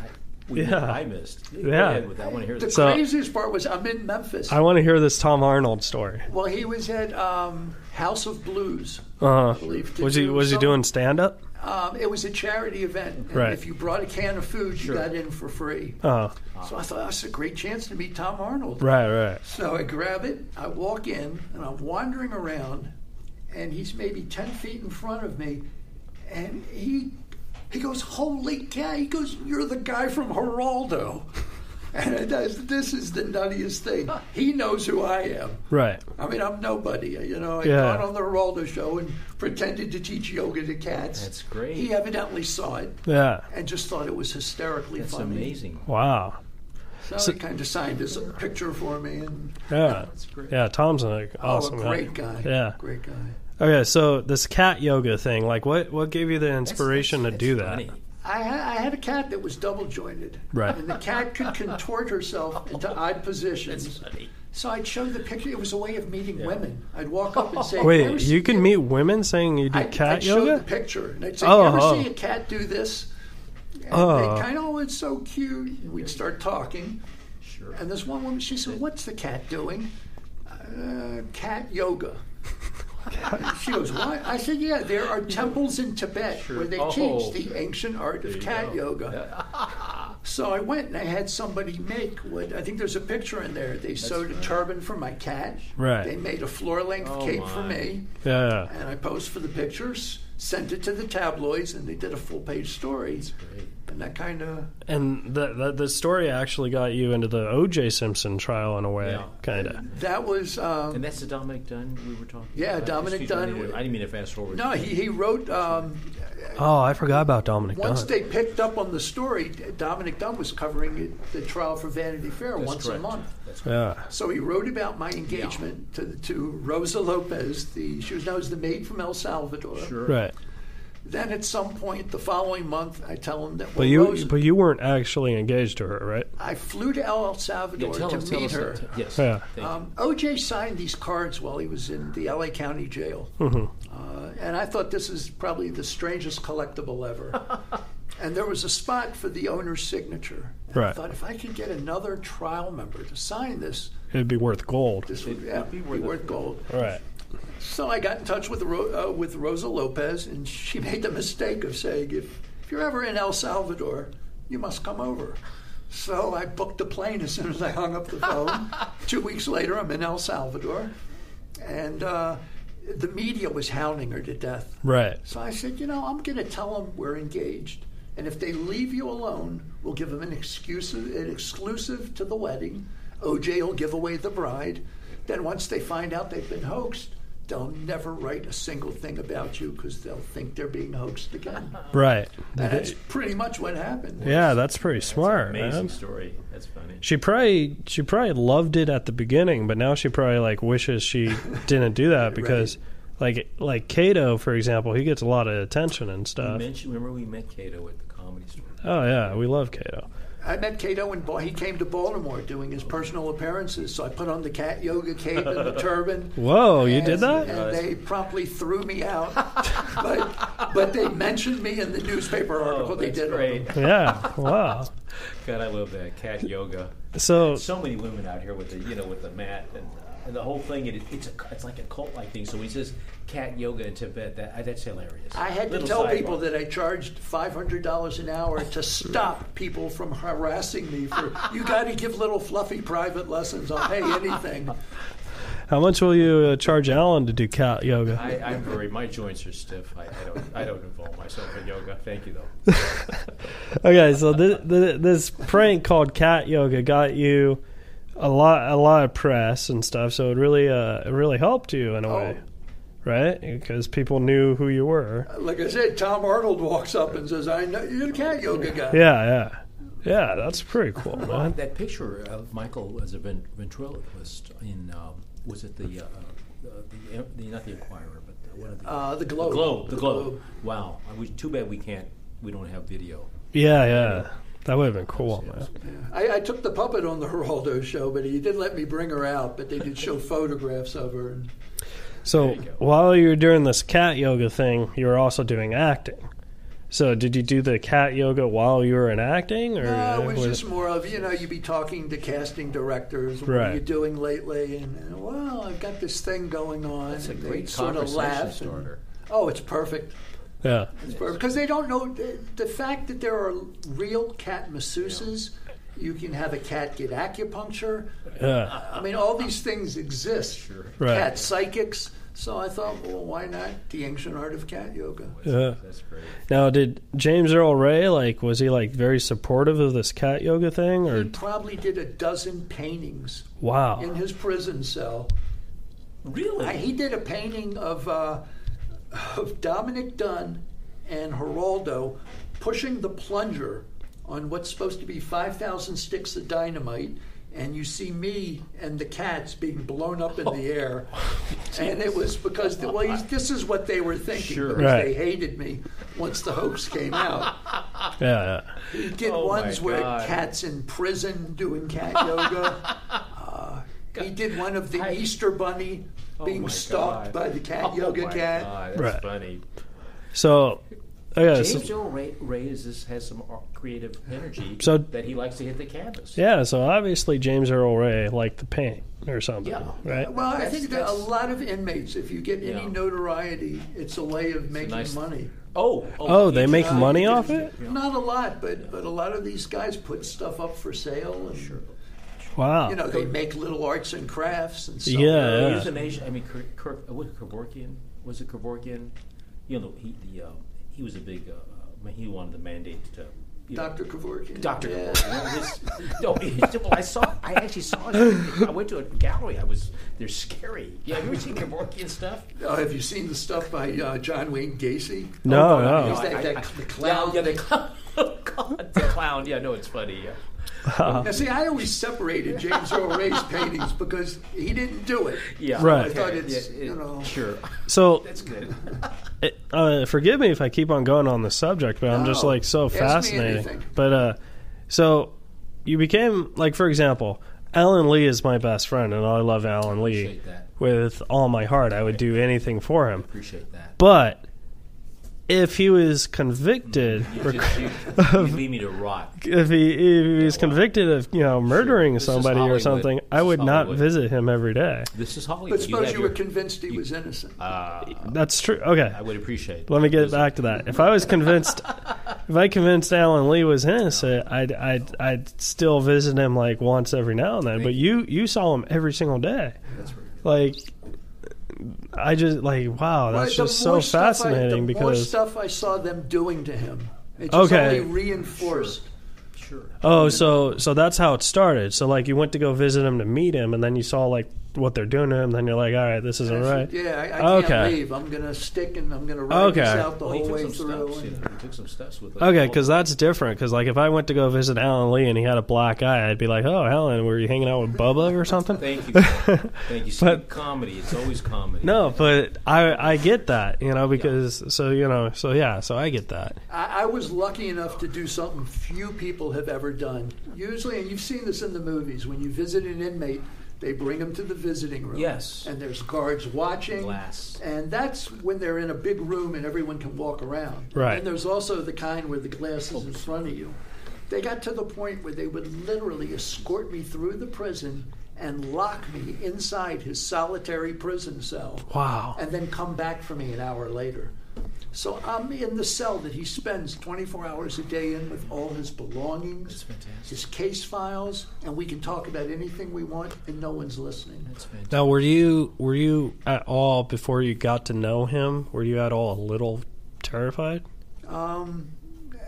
Speaker 3: we,
Speaker 2: Oh. Yeah.
Speaker 3: I missed. Go
Speaker 2: Yeah.
Speaker 3: ahead with that. I want to hear
Speaker 4: The
Speaker 3: this.
Speaker 2: So-
Speaker 4: craziest part was I'm in Memphis.
Speaker 2: I want to hear this Tom Arnold story.
Speaker 4: well, he was at um, House of Blues.
Speaker 2: Uh,
Speaker 4: believe to
Speaker 2: was he
Speaker 4: do
Speaker 2: was he
Speaker 4: some-
Speaker 2: doing stand up?
Speaker 4: Um, it was a charity event. and
Speaker 2: Right.
Speaker 4: If you brought a can of food,
Speaker 3: Sure.
Speaker 4: you got in for free.
Speaker 2: Oh,
Speaker 4: So I thought that's a great chance to meet Tom Arnold.
Speaker 2: right, right.
Speaker 4: So I grab it, I walk in, and I'm wandering around, and he's maybe 10 feet in front of me, and he he goes, Holy cow! He goes, You're the guy from Geraldo. And it does, this is the nuttiest thing. He knows who I am.
Speaker 2: Right.
Speaker 4: I mean, I'm nobody. You know, I
Speaker 2: Yeah.
Speaker 4: got on the Geraldo show and pretended to teach yoga to cats.
Speaker 3: That's great.
Speaker 4: He evidently saw it
Speaker 2: Yeah.
Speaker 4: and just thought it was hysterically
Speaker 3: That's
Speaker 4: funny.
Speaker 3: amazing.
Speaker 2: Wow.
Speaker 4: So, he kind of signed his picture for me, and
Speaker 2: Yeah.
Speaker 3: That's great.
Speaker 2: Yeah, Tom's an awesome
Speaker 4: oh, a
Speaker 2: guy.
Speaker 4: great guy.
Speaker 2: Yeah.
Speaker 4: great guy.
Speaker 2: Okay, so this cat yoga thing, like what what gave you the inspiration
Speaker 3: That's-
Speaker 2: to do
Speaker 3: that's
Speaker 2: that?
Speaker 3: funny.
Speaker 4: I, ha- I had a cat that was double jointed,
Speaker 2: Right.
Speaker 4: And the cat could contort herself into odd positions.
Speaker 3: funny.
Speaker 4: So I'd show the picture. It was a way of meeting women. I'd walk up and say, "Ever
Speaker 2: Wait,
Speaker 4: see-
Speaker 2: you can meet women saying you do
Speaker 4: I'd,
Speaker 2: cat
Speaker 4: I'd show the
Speaker 2: yoga?
Speaker 4: picture, and I'd say,
Speaker 2: Oh,
Speaker 4: "You ever
Speaker 2: oh.
Speaker 4: see a cat do this?" And
Speaker 2: Oh.
Speaker 4: they kind of, "Oh, it's so cute." And we'd start talking,
Speaker 3: Sure.
Speaker 4: and this one woman, she said, "What's the cat doing?" Uh, cat yoga. she goes, "What?" I said, "Yeah, there are temples in Tibet where they
Speaker 3: Oh.
Speaker 4: teach the ancient art of cat
Speaker 3: go.
Speaker 4: yoga." So I went and I had somebody make what I think there's a picture in there. They sewed a turban for my cat.
Speaker 2: Right.
Speaker 4: They made a floor length
Speaker 3: Oh,
Speaker 4: cape for
Speaker 3: my.
Speaker 4: me
Speaker 2: Yeah.
Speaker 4: and I posed for the pictures, sent it to the tabloids, and they did a full page story.
Speaker 3: Great.
Speaker 4: And that kind of
Speaker 2: And the, the the story actually got you into the O.J. Simpson trial in a way,
Speaker 3: Yeah.
Speaker 2: kind of.
Speaker 4: that was um,
Speaker 3: And that's the Dominic Dunn we were talking
Speaker 4: Yeah,
Speaker 3: about.
Speaker 4: Dominic
Speaker 3: Excuse me, I
Speaker 4: Dunn.
Speaker 3: didn't- I didn't mean to fast forward.
Speaker 4: no. He he wrote um,
Speaker 2: Oh, I forgot about Dominic
Speaker 4: once
Speaker 2: Dunn.
Speaker 4: they picked up on the story. Dominic Dunn was covering it, the trial for Vanity Fair
Speaker 3: That's
Speaker 4: once
Speaker 3: correct.
Speaker 4: a month.
Speaker 3: That's
Speaker 2: yeah.
Speaker 4: So he wrote about my engagement to to Rosa Lopez. The she was known as the maid from El Salvador.
Speaker 3: sure.
Speaker 2: Right.
Speaker 4: Then at some point the following month, I tell him that well,
Speaker 2: But you
Speaker 4: Rosa,
Speaker 2: but you weren't actually engaged to her, right?
Speaker 4: I flew to El Salvador
Speaker 3: Yeah, tell
Speaker 4: to
Speaker 3: us, tell
Speaker 4: meet
Speaker 3: us
Speaker 4: her.
Speaker 3: that. Yes.
Speaker 2: Yeah.
Speaker 3: Thank you.
Speaker 4: Um, OJ signed these cards while he was in the LA County Jail. Uh, and I thought this is probably the strangest collectible ever. and there was a spot for the owner's signature. And I
Speaker 2: Right.
Speaker 4: thought if I could get another trial member to sign this,
Speaker 2: It'd be worth gold.
Speaker 4: this would yeah, be, worth gold.
Speaker 2: Right.
Speaker 4: So I got in touch with, Ro- uh, with Rosa Lopez, and she made the mistake of saying, if, if you're ever in El Salvador, you must come over. So I booked a plane as soon as I hung up the phone. Two weeks later, I'm in El Salvador, and uh, the media was hounding her to death.
Speaker 2: Right.
Speaker 4: So I said, you know, I'm going to tell them we're engaged. And if they leave you alone, we'll give them an exclusive, an exclusive to the wedding. OJ will give away the bride. Then once they find out they've been hoaxed, they'll never write a single thing about you because they'll think they're being hoaxed again.
Speaker 2: Right.
Speaker 4: And that's pretty much what happened.
Speaker 2: Yeah, that's pretty smart,
Speaker 3: Amazing
Speaker 2: man.
Speaker 3: story. That's funny.
Speaker 2: She probably she probably loved it at the beginning, but now she probably like wishes she didn't do that because like like Kato, for example, he gets a lot of attention and
Speaker 3: We
Speaker 2: stuff.
Speaker 3: mentioned, remember we met Cato at the comedy store.
Speaker 2: Oh yeah, we love Kato.
Speaker 4: I met Cato in ba- he came to Baltimore doing his personal appearances. So I put on the cat yoga cape and the turban.
Speaker 2: Whoa, you did
Speaker 4: and,
Speaker 2: that?
Speaker 4: And they promptly threw me out. but, but they mentioned me in the newspaper article
Speaker 3: Oh,
Speaker 4: they
Speaker 3: that's
Speaker 4: did. on
Speaker 3: great.
Speaker 2: Yeah. Wow.
Speaker 3: God, I love that cat yoga.
Speaker 2: So
Speaker 3: So many women out here with the you know with the mat and, and the whole thing. It, it's a it's like a cult like thing. So when he says cat yoga in Tibet, that that's hilarious.
Speaker 4: I had to
Speaker 3: Little
Speaker 4: tell
Speaker 3: sidebar.
Speaker 4: people that I charged five hundred dollars an hour to stop people from harassing me for you got to give little fluffy private lessons. I'll pay anything.
Speaker 2: how much will you uh, charge Alan to do cat yoga?
Speaker 3: I, I'm worried. My joints are stiff. I, I don't. I don't involve myself in yoga. Thank you, though.
Speaker 2: Okay, so this, this prank called cat yoga got you a lot a lot of press and stuff. So it really uh it really helped you in a way. right? Because people knew who you were.
Speaker 4: Like I said, Tom Arnold walks up and says, "I know you can't yoga guy."
Speaker 2: Yeah, yeah, yeah. That's pretty cool, man.
Speaker 3: That picture of Michael as a ven- ventriloquist in um, was it the, uh, uh, the the not the Inquirer, but the, one of the
Speaker 4: Uh, the Globe.
Speaker 3: Globe, the Globe. Wow, I wish, too bad we can't. We don't have video.
Speaker 2: Yeah, yeah. That would have been cool, man.
Speaker 4: I, I took the puppet on the Geraldo show, but he didn't let me bring her out. But they did show photographs of her. And
Speaker 2: So
Speaker 3: There you go.
Speaker 2: while you were doing this cat yoga thing, you were also doing acting. So did you do the cat yoga while you were in acting, or uh,
Speaker 4: no, it was
Speaker 2: was-
Speaker 4: just more of you know you'd be talking to casting directors. What
Speaker 2: Right.
Speaker 4: are you doing lately? And, and, well, I've got this thing going on.
Speaker 3: That's a
Speaker 4: and they
Speaker 3: great
Speaker 4: sort of laugh
Speaker 3: conversation
Speaker 4: and-
Speaker 3: starter.
Speaker 4: oh, it's perfect.
Speaker 2: yeah,
Speaker 4: Because they don't know the, the fact that there are real cat masseuses. You can have a cat get acupuncture.
Speaker 2: yeah,
Speaker 4: I mean, all these things exist.
Speaker 2: Right.
Speaker 4: Cat psychics. So I thought, well, why not the ancient art of cat yoga?
Speaker 2: yeah.
Speaker 3: That's great.
Speaker 2: Now, did James Earl Ray like was he like very supportive of this cat yoga thing,
Speaker 4: He
Speaker 2: or Oh.
Speaker 4: probably did a dozen paintings in
Speaker 2: wow,
Speaker 4: his prison cell.
Speaker 3: Really?
Speaker 4: I, he did a painting of, uh, of Dominic Dunn and Geraldo pushing the plunger on what's supposed to be 5,000 sticks of dynamite. And you see me and the cats being blown up in the air, and it was because the, well, he's, this is what they were thinking
Speaker 3: Sure.
Speaker 4: because
Speaker 2: Right.
Speaker 4: they hated me once the hoax came out.
Speaker 2: yeah,
Speaker 4: He did
Speaker 3: Oh, my
Speaker 4: ones where
Speaker 3: God.
Speaker 4: cats in prison doing cat yoga. Uh, he did one of the
Speaker 3: I-
Speaker 4: Easter Bunny
Speaker 3: Oh
Speaker 4: being
Speaker 3: my God.
Speaker 4: stalked by the cat
Speaker 3: Oh
Speaker 4: yoga
Speaker 3: my
Speaker 4: cat.
Speaker 3: God, that's
Speaker 2: Right.
Speaker 3: funny.
Speaker 2: so okay, so,
Speaker 3: James Earl Ray, Ray is this, has some ar- creative energy
Speaker 2: So-
Speaker 3: that he likes to hit the canvas.
Speaker 2: yeah, so obviously James Earl Ray liked the paint or something,
Speaker 3: Yeah.
Speaker 2: right?
Speaker 4: Well, I
Speaker 3: That's-
Speaker 4: think that a
Speaker 3: that's-
Speaker 4: lot of inmates, if you get any
Speaker 3: Yeah.
Speaker 4: notoriety, it's a way of making
Speaker 3: nice-
Speaker 4: money.
Speaker 3: Oh,
Speaker 2: Oh, they make
Speaker 4: Uh,
Speaker 2: money
Speaker 4: you
Speaker 2: off
Speaker 4: can-
Speaker 2: it?
Speaker 4: Not a lot, but but a lot of these guys put stuff up for sale. And,
Speaker 3: Sure.
Speaker 2: Wow,
Speaker 4: You know, they make little arts and crafts and stuff.
Speaker 2: Yeah.
Speaker 3: Uh, euthanasia. I mean, Kirk, Kirk, uh, was it Kevorkian? Was it Kevorkian? You know, he the uh, he was a big. Uh, uh, he wanted the mandate to. you know,
Speaker 4: Dr. Kevorkian.
Speaker 3: Dr.
Speaker 4: Yeah.
Speaker 3: Kevorkian. No, it's- well, I saw. I actually saw it. I went to a gallery. I was. They're scary. Yeah, have you ever seen Kevorkian stuff?
Speaker 4: Oh, have you seen the stuff by uh, John Wayne Gacy?
Speaker 2: No,
Speaker 4: Oh,
Speaker 2: no.
Speaker 4: He's that, that, the clown.
Speaker 3: Yeah, yeah, the clown. God, the clown. Yeah, no, it's funny. Yeah.
Speaker 4: Now, see, I always separated James Earl Ray's paintings because he didn't do it.
Speaker 3: yeah.
Speaker 2: Right.
Speaker 4: I thought it's, you know-
Speaker 3: Sure.
Speaker 2: so
Speaker 3: That's good.
Speaker 2: It- uh, forgive me if I keep on going on this subject, but I'm just
Speaker 4: No.
Speaker 2: like so
Speaker 4: Ask me
Speaker 2: fascinating.
Speaker 4: anything.
Speaker 2: But uh, so you became like, for example, Alan Lee is my best friend, and I love Alan Lee
Speaker 3: Appreciate that.
Speaker 2: with all my heart. I would do anything for him.
Speaker 3: Appreciate that.
Speaker 2: But if he was convicted,
Speaker 3: You,
Speaker 2: or-
Speaker 3: just, you, you leave me to rot.
Speaker 2: if he if he was convicted of you know murdering
Speaker 3: This is
Speaker 2: somebody or
Speaker 3: Hollywood.
Speaker 2: something, I
Speaker 3: This is
Speaker 2: would not
Speaker 3: Hollywood.
Speaker 2: visit him every day.
Speaker 3: This is Hollywood.
Speaker 4: But suppose
Speaker 3: have
Speaker 4: you, were
Speaker 3: your-
Speaker 4: convinced he was innocent.
Speaker 3: Uh,
Speaker 2: That's true. Okay,
Speaker 3: I would appreciate.
Speaker 2: Let me get
Speaker 3: Listen,
Speaker 2: back to that. If I was convinced, if I convinced Alan Lee was innocent, I'd I'd I'd still visit him like once every now and then. But you you saw him every single day.
Speaker 3: That's right.
Speaker 2: Like I just like wow,
Speaker 4: But
Speaker 2: that's
Speaker 4: the
Speaker 2: just so
Speaker 4: more stuff I-
Speaker 2: fascinating
Speaker 4: the more
Speaker 2: because
Speaker 4: stuff I saw them doing to him, it just
Speaker 2: Okay.
Speaker 4: only reinforced.
Speaker 3: Sure.
Speaker 2: oh, so so that's how it started. So like you went to go visit him to meet him, and then you saw like what they're doing to him. Then you're like, all right, this isn't
Speaker 4: I
Speaker 2: right.
Speaker 4: said, Yeah, I, I
Speaker 2: Okay.
Speaker 4: can't leave. I'm going to stick and I'm going to ride
Speaker 2: Okay.
Speaker 4: this out the
Speaker 3: Well, he
Speaker 4: whole
Speaker 3: took
Speaker 4: way
Speaker 3: some
Speaker 4: through.
Speaker 3: steps.
Speaker 4: and-
Speaker 3: yeah, he took some steps with. it.
Speaker 2: Okay, because that's different. Because like if I went to go visit Alan Lee and he had a black eye, I'd be like, oh, Alan, were you hanging out with Bubba or something?
Speaker 3: Thank you. Thank you. Speak comedy. It's always comedy.
Speaker 2: No, but I I get that, you know, because so you know, so yeah, so I get that.
Speaker 4: I, I was lucky enough to do something few people have ever done. Usually, and you've seen this in the movies, when you visit an inmate, they bring them to the visiting room.
Speaker 3: Yes.
Speaker 4: And there's guards watching.
Speaker 3: Glass.
Speaker 4: And that's when they're in a big room and everyone can walk around.
Speaker 2: Right.
Speaker 4: And there's also the kind where the glass is in front of you. They got to the point where they would literally escort me through the prison and lock me inside his solitary prison cell
Speaker 2: Wow.
Speaker 4: and then come back for me an hour later. So I'm in the cell that he spends 24 hours a day in with all his belongings,
Speaker 3: That's fantastic.
Speaker 4: his case files, and we can talk about anything we want, and no one's listening.
Speaker 3: That's fantastic.
Speaker 2: Now, were you were you at all before you got to know him? Were you at all a little terrified?
Speaker 4: Um,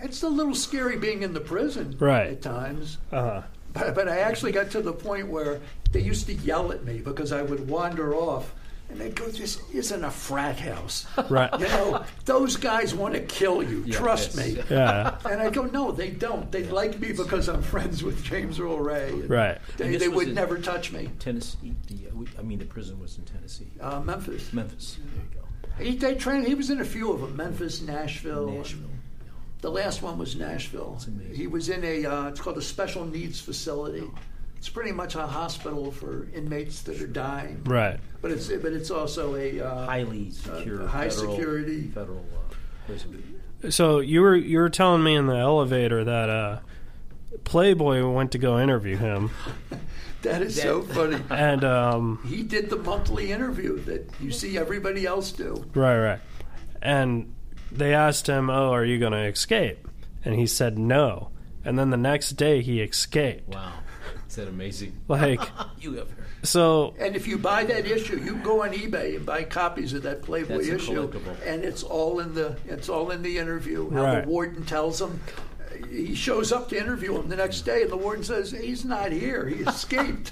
Speaker 4: it's a little scary being in the prison
Speaker 2: Right.
Speaker 4: at times.
Speaker 2: Uh huh.
Speaker 4: But, but I actually got to the point where they used to yell at me because I would wander off And they'd go, this isn't a frat house.
Speaker 2: Right.
Speaker 4: You know, those guys want to kill you. trust
Speaker 3: yes.
Speaker 4: me.
Speaker 2: Yeah.
Speaker 4: And I go, no, they don't. They like me because I'm friends with James Earl Ray. And
Speaker 2: Right.
Speaker 4: They,
Speaker 3: And this
Speaker 4: they
Speaker 3: was
Speaker 4: would
Speaker 3: in-
Speaker 4: never touch me.
Speaker 3: Tennessee. The, uh, we- I mean, the prison was in Tennessee,
Speaker 4: Uh, Memphis.
Speaker 3: Memphis. There you go.
Speaker 4: He, they trained. He was in a few of them: Memphis, Nashville.
Speaker 3: Nashville.
Speaker 4: The last one was Nashville.
Speaker 3: amazing.
Speaker 4: He was in a. Uh, it's called a special needs facility. It's pretty much a hospital for inmates that are dying.
Speaker 2: Right.
Speaker 4: But it's but it's also a. Uh,
Speaker 3: Highly secure.
Speaker 4: high
Speaker 3: federal,
Speaker 4: security.
Speaker 3: Federal uh, prison.
Speaker 2: So you were you were telling me in the elevator that uh, Playboy went to go interview him,
Speaker 4: that is so funny.
Speaker 2: and um,
Speaker 4: he did the monthly interview that you see everybody else do.
Speaker 2: right, right, and they asked him, "Oh, are you going to escape?" And he said no. And then the next day he escaped.
Speaker 3: Wow. Is that amazing?
Speaker 2: Like
Speaker 3: You have her.
Speaker 2: so,
Speaker 4: And if you buy that issue, you can go on eBay and buy copies of that Playboy
Speaker 3: That's a
Speaker 4: issue,
Speaker 3: collectible.
Speaker 4: and it's all in the it's all in the interview. How
Speaker 2: Right.
Speaker 4: the warden tells him, he shows up to interview him the next day, and the warden says he's not here. He escaped.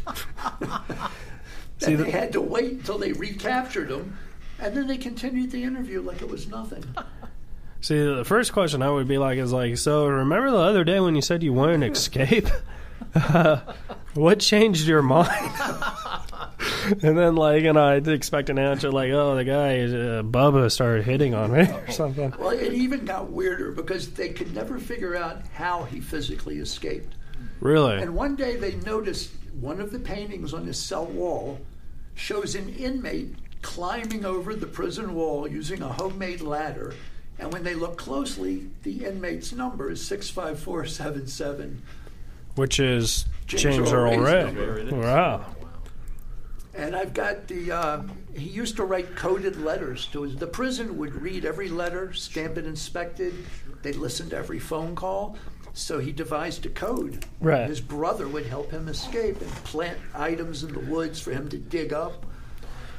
Speaker 2: See,
Speaker 4: and
Speaker 2: the-
Speaker 4: they had to wait until they recaptured him, and then they continued the interview like it was nothing.
Speaker 2: see, the first question I would be like is like, "So remember the other day when you said you wanted to escape? what changed your mind?" and then like, and I'd expect an answer like, "Oh, the guy uh, Bubba started hitting on me
Speaker 4: Oh.
Speaker 2: or something."
Speaker 4: Well, it even got weirder because they could never figure out how he physically escaped.
Speaker 2: Really?
Speaker 4: And one day they noticed one of the paintings on his cell wall shows an inmate climbing over the prison wall using a homemade ladder. And when they look closely, the inmate's number is 65477.
Speaker 2: Which is James,
Speaker 4: James
Speaker 2: Earl Ray.
Speaker 4: Earl Ray's
Speaker 2: Wow.
Speaker 4: And I've got the, uh, he used to write coded letters to his, the prison would read every letter, stamp it inspected, they listened to every phone call. So he devised a code.
Speaker 2: Right.
Speaker 4: His brother would help him escape and plant items in the woods for him to dig up.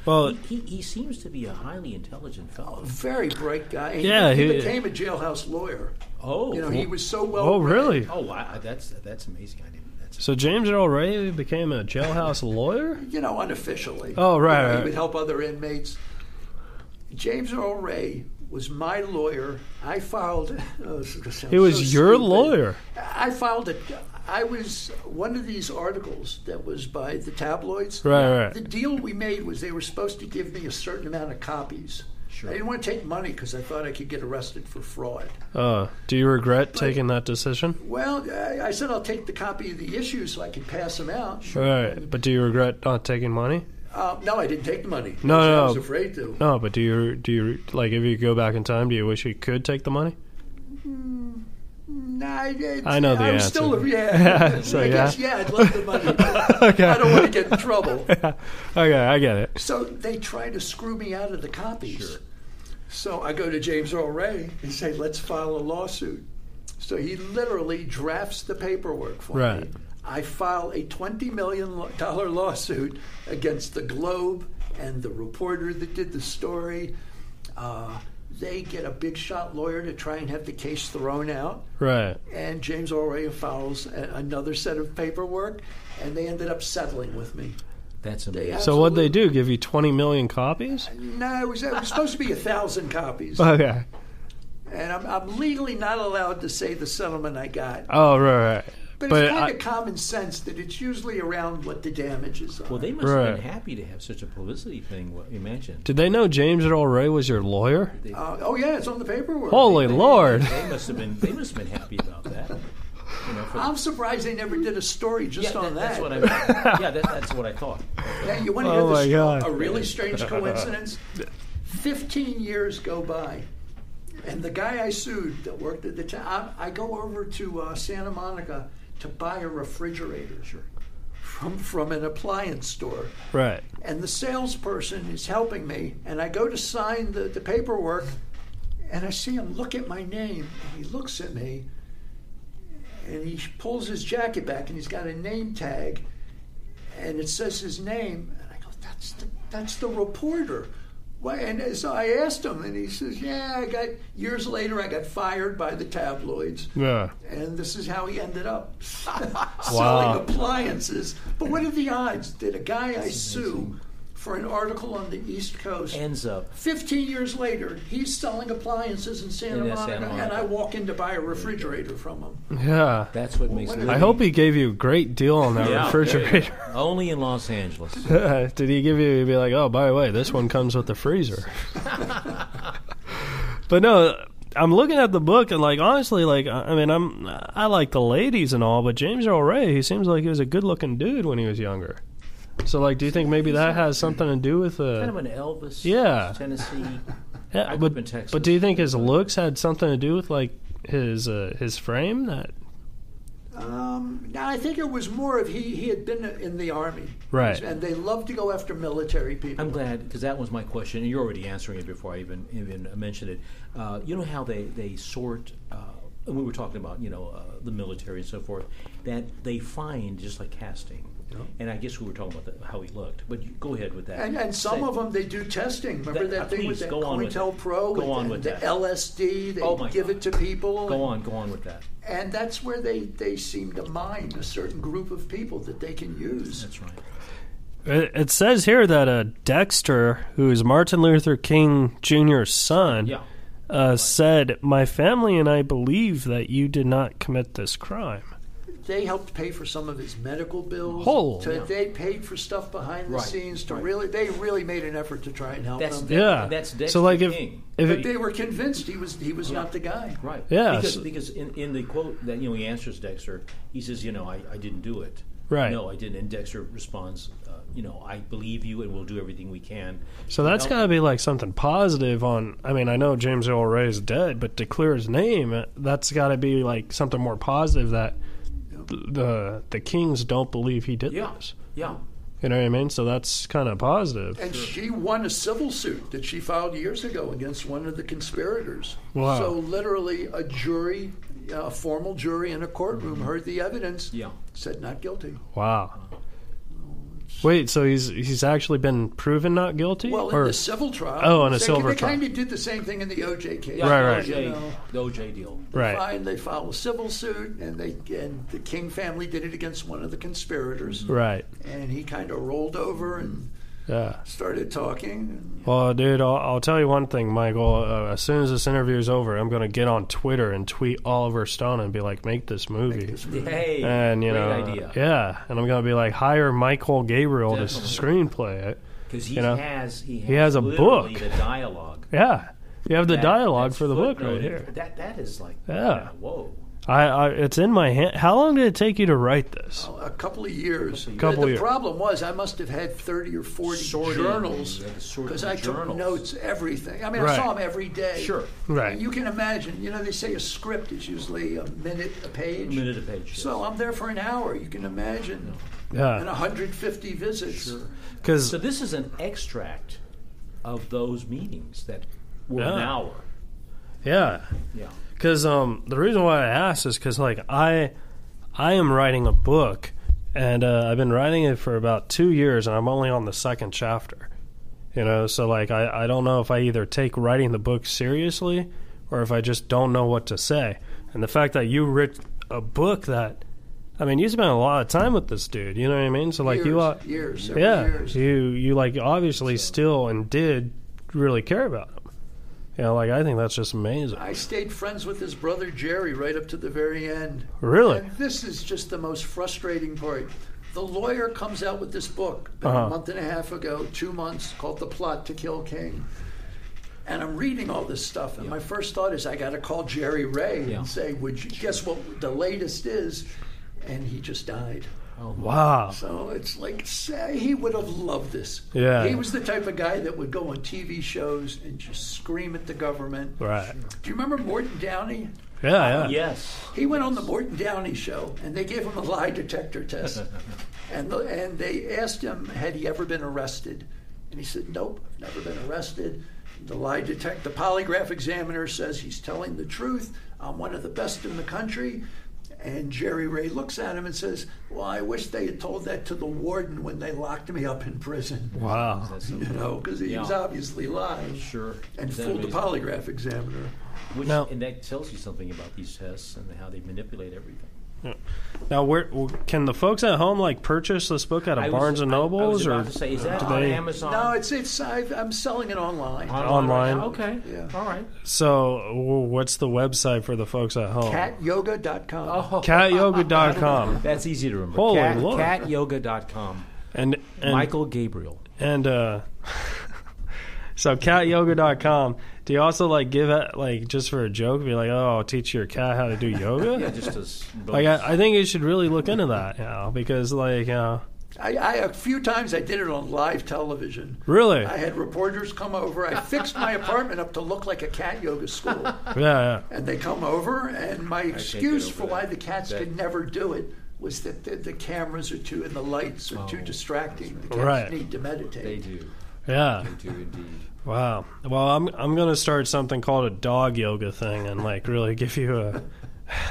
Speaker 2: Well,
Speaker 3: He, he seems to be a highly intelligent fellow.
Speaker 4: very bright guy. He,
Speaker 2: Yeah,
Speaker 4: he,
Speaker 2: he-
Speaker 4: became a jailhouse lawyer.
Speaker 3: Oh,
Speaker 4: You know, he was so well.
Speaker 2: oh, really?
Speaker 3: oh, wow, that's that's amazing. I didn't. That's
Speaker 2: So James Earl Ray became a jailhouse lawyer?
Speaker 4: You know, unofficially.
Speaker 2: Oh, right,
Speaker 4: You know,
Speaker 2: right.
Speaker 4: He would help other inmates. James Earl Ray was my lawyer. I filed. Oh, this is gonna sound
Speaker 2: He was
Speaker 4: so
Speaker 2: your
Speaker 4: stupid.
Speaker 2: lawyer.
Speaker 4: I filed it. I was one of these articles that was by the tabloids.
Speaker 2: Right, right.
Speaker 4: The deal we made was they were supposed to give me a certain amount of copies.
Speaker 3: Sure.
Speaker 4: I didn't want to take money because I thought I could get arrested for fraud.
Speaker 2: Uh, do you regret taking that decision?
Speaker 4: Well, I, I said I'll take the copy of the issue so I can pass them out.
Speaker 2: All right. But do you regret not taking money?
Speaker 4: Uh, no, I didn't take the money.
Speaker 2: No,
Speaker 4: I was,
Speaker 2: no.
Speaker 4: I was afraid to.
Speaker 2: No, but do you do you like if you go back in time, do you wish you could take the money?
Speaker 4: No, I, it's-
Speaker 2: I know the
Speaker 4: I'm
Speaker 2: answer.
Speaker 4: Still, yeah.
Speaker 2: So,
Speaker 4: I guess,
Speaker 2: yeah.
Speaker 4: yeah, I'd love the money. but
Speaker 2: Okay.
Speaker 4: I don't want to get in trouble.
Speaker 2: Okay, I get it.
Speaker 4: So they try to screw me out of the copies. So I go to James Earl Ray and say, let's file a lawsuit. So he literally drafts the paperwork for me.
Speaker 2: Right.
Speaker 4: I file a $20 million lo- dollar lawsuit against the Globe and the reporter that did the story. Uh, they get a big shot lawyer to try and have the case thrown out
Speaker 2: Right.
Speaker 4: and James O'Reilly files a- another set of paperwork, and they ended up settling with me.
Speaker 3: that's
Speaker 4: They
Speaker 3: amazing.
Speaker 2: So what they
Speaker 4: absolutely-
Speaker 2: do? Give you twenty million copies?
Speaker 4: No, it was, it was supposed to be a thousand copies,
Speaker 2: Okay.
Speaker 4: and I'm, I'm legally not allowed to say the settlement I got.
Speaker 2: Oh right, right.
Speaker 4: But,
Speaker 2: But
Speaker 4: it's kind
Speaker 2: I-
Speaker 4: of common sense that it's usually around what the damages are.
Speaker 3: Well, they must have
Speaker 2: Right.
Speaker 3: been happy to have such a publicity thing. What, imagine.
Speaker 2: Did they know James Earl Ray was your lawyer?
Speaker 4: uh, oh yeah, it's on the paperwork.
Speaker 2: Holy Lord!
Speaker 3: They must have been. They must have been happy about that. You know, for
Speaker 4: I'm surprised they never did a story just
Speaker 3: yeah,
Speaker 4: on
Speaker 3: that, that's
Speaker 4: that.
Speaker 3: what I. Meant. Yeah, that, that's what I thought.
Speaker 4: Now, you want to
Speaker 2: Oh,
Speaker 4: hear
Speaker 2: my
Speaker 4: this?
Speaker 2: God.
Speaker 4: A really strange coincidence. Fifteen years go by, and the guy I sued that worked at the town, I, I go over to uh, Santa Monica to buy a refrigerator from from an appliance store,
Speaker 2: Right.
Speaker 4: and the salesperson is helping me, and I go to sign the, the paperwork, and I see him look at my name, and he looks at me, and he pulls his jacket back, and he's got a name tag, and it says his name, and I go, that's the that's the reporter. Why? And so I asked him, and he says, "Yeah, I got years later, I got fired by the tabloids."
Speaker 2: Yeah.
Speaker 4: and this is how he ended up selling
Speaker 2: Wow.
Speaker 4: appliances. But what are the odds that a guy I sue for an article on the East Coast.
Speaker 3: Ends up.
Speaker 4: 15 years later, he's selling appliances in Santa,
Speaker 3: In uh, Santa
Speaker 4: Monica,
Speaker 3: Monica.
Speaker 4: and I walk in to buy a refrigerator from him.
Speaker 3: Hmm.
Speaker 2: Yeah.
Speaker 3: That's what makes.
Speaker 4: what
Speaker 3: it
Speaker 4: is-
Speaker 2: I hope he gave you a great deal on that
Speaker 3: Yeah.
Speaker 2: refrigerator.
Speaker 3: only in Los Angeles.
Speaker 2: Did he give you? He'd be like, "Oh, by the way, this one comes with the freezer." but no, I'm looking at the book and like honestly, like I I mean, I'm I like the ladies and all, but James Earl Ray, he seems like he was a good-looking dude when he was younger. So like, do you think maybe that has something to do with
Speaker 3: kind of
Speaker 2: the?
Speaker 3: an Elvis.
Speaker 2: Yeah.
Speaker 3: Tennessee.
Speaker 2: Yeah,
Speaker 3: I grew
Speaker 2: but,
Speaker 3: up in Texas.
Speaker 2: but do you think his looks had something to do with like his uh, his frame? That
Speaker 4: Um, now, I think it was more of he, he had been in the Army.
Speaker 2: Right.
Speaker 4: And they love to go after military people.
Speaker 3: I'm glad because that was my question, and you're already answering it before I even even mentioned it. Uh, you know how they they sort. Uh, and we were talking about you know uh, the military and so forth that they find just like casting, and I guess we were talking about the, how he looked. But you, go ahead with that.
Speaker 4: And, and some
Speaker 3: Say-
Speaker 4: of them, they do testing. Remember
Speaker 3: That-
Speaker 4: that, thing with
Speaker 3: please,
Speaker 4: that
Speaker 3: go on with that.
Speaker 4: COINTELPRO?
Speaker 3: Go
Speaker 4: and-
Speaker 3: on
Speaker 4: and
Speaker 3: with
Speaker 4: the
Speaker 3: that.
Speaker 4: LSD, they
Speaker 3: Oh, my
Speaker 4: give it to
Speaker 3: God.
Speaker 4: people.
Speaker 3: Go on, go on with that.
Speaker 4: And that's where they, they seem to mine a certain group of people that they can use.
Speaker 3: That's right.
Speaker 2: It it says here that uh, Dexter, who is Martin Luther King Jr.'s son,
Speaker 3: Yeah.
Speaker 2: uh, said, "My family and I believe that you did not commit this crime."
Speaker 4: They helped pay for some of his medical bills.
Speaker 2: Whole.
Speaker 4: So They paid for stuff behind the
Speaker 3: Right,
Speaker 4: scenes to
Speaker 3: right.
Speaker 4: really. They really made an effort to try and help
Speaker 3: That's
Speaker 4: him.
Speaker 3: the-
Speaker 2: Yeah,
Speaker 3: That's Dexter
Speaker 2: so. Like if,
Speaker 3: King.
Speaker 2: if
Speaker 4: but
Speaker 2: it,
Speaker 4: they were convinced he was he was not the guy.
Speaker 3: Right.
Speaker 2: Yeah,
Speaker 3: Because,
Speaker 2: so-
Speaker 3: because in, in the quote that you know he answers Dexter, he says, you know, I, I didn't do it.
Speaker 2: Right.
Speaker 3: No, I didn't. And Dexter responds, uh, you know, I believe you, and we'll do everything we can.
Speaker 2: so that's
Speaker 3: Well,
Speaker 2: got to be like something positive. On I mean, I know James Earl Ray is dead, but to clear his name, uh, that's got to be like something more positive that th- the the Kings don't believe he did
Speaker 3: Yeah.
Speaker 2: this.
Speaker 3: Yeah.
Speaker 2: You know what I mean? So that's kind of positive.
Speaker 4: And she won a civil suit that she filed years ago against one of the conspirators.
Speaker 2: Wow.
Speaker 4: So literally, a jury, a formal jury in a courtroom, heard the evidence.
Speaker 3: Yeah.
Speaker 4: Said not guilty.
Speaker 2: Wow. Wait, so he's he's actually been proven not guilty?
Speaker 4: Well, in
Speaker 2: Or-
Speaker 4: the civil trial.
Speaker 2: Oh, in a
Speaker 4: they,
Speaker 2: civil
Speaker 4: they
Speaker 2: trial.
Speaker 4: kind of did the same thing in the OJ case.
Speaker 3: yeah
Speaker 2: Right, right.
Speaker 3: The OJ,
Speaker 4: You know.
Speaker 3: the OJ deal.
Speaker 2: right.
Speaker 4: Fine, they filed a civil suit, and they and the King family did it against one of the conspirators,
Speaker 2: Right.
Speaker 4: and he kind of rolled over and
Speaker 2: Yeah.
Speaker 4: started talking.
Speaker 2: Well, dude, I'll, I'll tell you one thing, Michael. Uh, as soon as this interview is over, I'm going to get on Twitter and tweet Oliver Stone and be like, "Make this movie."
Speaker 3: Hey.
Speaker 2: and you
Speaker 3: great
Speaker 2: know,
Speaker 3: idea.
Speaker 2: yeah. And I'm going to be like, "Hire Michael Gabriel to screenplay it."
Speaker 3: Because he
Speaker 2: you know,
Speaker 3: has he has,
Speaker 2: has a
Speaker 3: literally
Speaker 2: book.
Speaker 3: The dialogue.
Speaker 2: Yeah. You have the
Speaker 3: That-
Speaker 2: dialogue
Speaker 3: that's
Speaker 2: for the book right
Speaker 3: footnoted.
Speaker 2: here.
Speaker 3: That that is like
Speaker 2: Yeah.
Speaker 3: whoa.
Speaker 2: I, I it's in my hand. How long did it take you to write this?
Speaker 4: A couple of years.
Speaker 2: Couple
Speaker 4: the,
Speaker 2: years.
Speaker 4: problem was I must have had thirty or forty
Speaker 3: Sorted.
Speaker 4: journals
Speaker 3: You had to sort
Speaker 4: because
Speaker 3: the
Speaker 4: I took
Speaker 3: journals.
Speaker 4: notes everything. I mean, I
Speaker 2: Right.
Speaker 4: saw him every day.
Speaker 3: Sure.
Speaker 2: Right.
Speaker 4: You can imagine. You know, they say a script is usually a minute a
Speaker 3: A
Speaker 4: page.
Speaker 3: minute a page.
Speaker 4: So I'm there for an hour. You can imagine. And
Speaker 2: Yeah.
Speaker 4: 150 visits.
Speaker 2: Because
Speaker 3: So this is an extract of those meetings that were an
Speaker 2: Yeah.
Speaker 3: hour.
Speaker 2: yeah.
Speaker 3: Yeah.
Speaker 2: Because um, the reason why I asked is because like I, I am writing a book, and uh, I've been writing it for about two years, and I'm only on the second chapter. You know, so like I, I don't know if I either take writing the book seriously, or if I just don't know what to say. And the fact that you writ a book that, I mean, you spent a lot of time with this dude. You know what I mean? So like
Speaker 4: years,
Speaker 2: you, uh,
Speaker 4: years, several
Speaker 2: yeah,
Speaker 4: years.
Speaker 2: you you like obviously still and did really care about him. You know, like I think that's just amazing.
Speaker 4: I stayed friends with his brother Jerry right up to the very end.
Speaker 2: Really?
Speaker 4: And this is just the most frustrating part. The lawyer comes out with this book about
Speaker 2: Uh-huh.
Speaker 4: a month and a half ago, two months, called The Plot to Kill King. And I'm reading all this stuff, and my first thought is I got to call Jerry Ray
Speaker 3: Yeah.
Speaker 4: and say, "Would you guess what the latest is?" And he just died.
Speaker 2: Wow.
Speaker 4: So it's like say, he would have loved this.
Speaker 2: Yeah.
Speaker 4: he was the type of guy that would go on TV shows and just scream at the government.
Speaker 2: Right.
Speaker 4: Do you remember Morton Downey?
Speaker 3: Uh,
Speaker 2: Yeah, yeah.
Speaker 3: Yes.
Speaker 4: He went on the Morton Downey show, and they gave him a lie detector test, and the, and they asked him had he ever been arrested, and he said, "Nope, I've never been arrested." The lie detect, the polygraph examiner says he's telling the truth. I'm one of the best in the country. And Jerry Ray looks at him and says, "Well, I wish they had told that to the warden when they locked me up in prison."
Speaker 2: Wow.
Speaker 4: You know, because he was
Speaker 3: Yeah.
Speaker 4: obviously lying
Speaker 3: Sure.
Speaker 4: and
Speaker 3: That
Speaker 4: fooled the
Speaker 3: amazing.
Speaker 4: polygraph examiner.
Speaker 3: Which,
Speaker 2: Now-
Speaker 3: and that tells you something about these tests and how they manipulate everything.
Speaker 2: Now, where w- can the folks at home like purchase this book out of
Speaker 3: I was-
Speaker 2: Barnes and
Speaker 3: I- I was
Speaker 2: Nobles
Speaker 3: about
Speaker 2: or
Speaker 3: to say, is that
Speaker 2: do
Speaker 3: on
Speaker 2: they-
Speaker 3: Amazon?
Speaker 4: No, it's it's. i I'm selling it online.
Speaker 2: Online.
Speaker 3: right now? Okay.
Speaker 4: Yeah.
Speaker 3: All right.
Speaker 2: so? w- What's the website for the folks at home?
Speaker 4: Catyoga.com.
Speaker 3: Oh,
Speaker 2: Catyoga.com.
Speaker 3: that's easy to remember.
Speaker 2: Holy
Speaker 3: Cat,
Speaker 2: Lord.
Speaker 3: Catyoga.com.
Speaker 2: and and
Speaker 3: Michael Gabriel.
Speaker 2: and uh, so catyoga.com. Do you also like give it like just for a joke? Be like, oh, I'll teach your cat how to do yoga.
Speaker 3: Yeah, just as
Speaker 2: Like I, I think you should really look into that, you know, because like uh,
Speaker 4: I, I a few times I did it on live television.
Speaker 2: really,
Speaker 4: I
Speaker 2: yeah,
Speaker 4: had reporters come over. I fixed my apartment up to look like a cat yoga school,
Speaker 2: yeah,
Speaker 4: and they come over. And my excuse
Speaker 3: over
Speaker 4: for why
Speaker 3: that.
Speaker 4: the cats
Speaker 3: That-
Speaker 4: could never do it was that the, the cameras are too and the lights are too
Speaker 3: Oh,
Speaker 4: distracting. The cats
Speaker 2: Right.
Speaker 4: need to meditate.
Speaker 3: they do.
Speaker 2: yeah.
Speaker 3: They do indeed.
Speaker 2: Wow. Well, I'm I'm gonna start something called a dog yoga thing and like really give you a,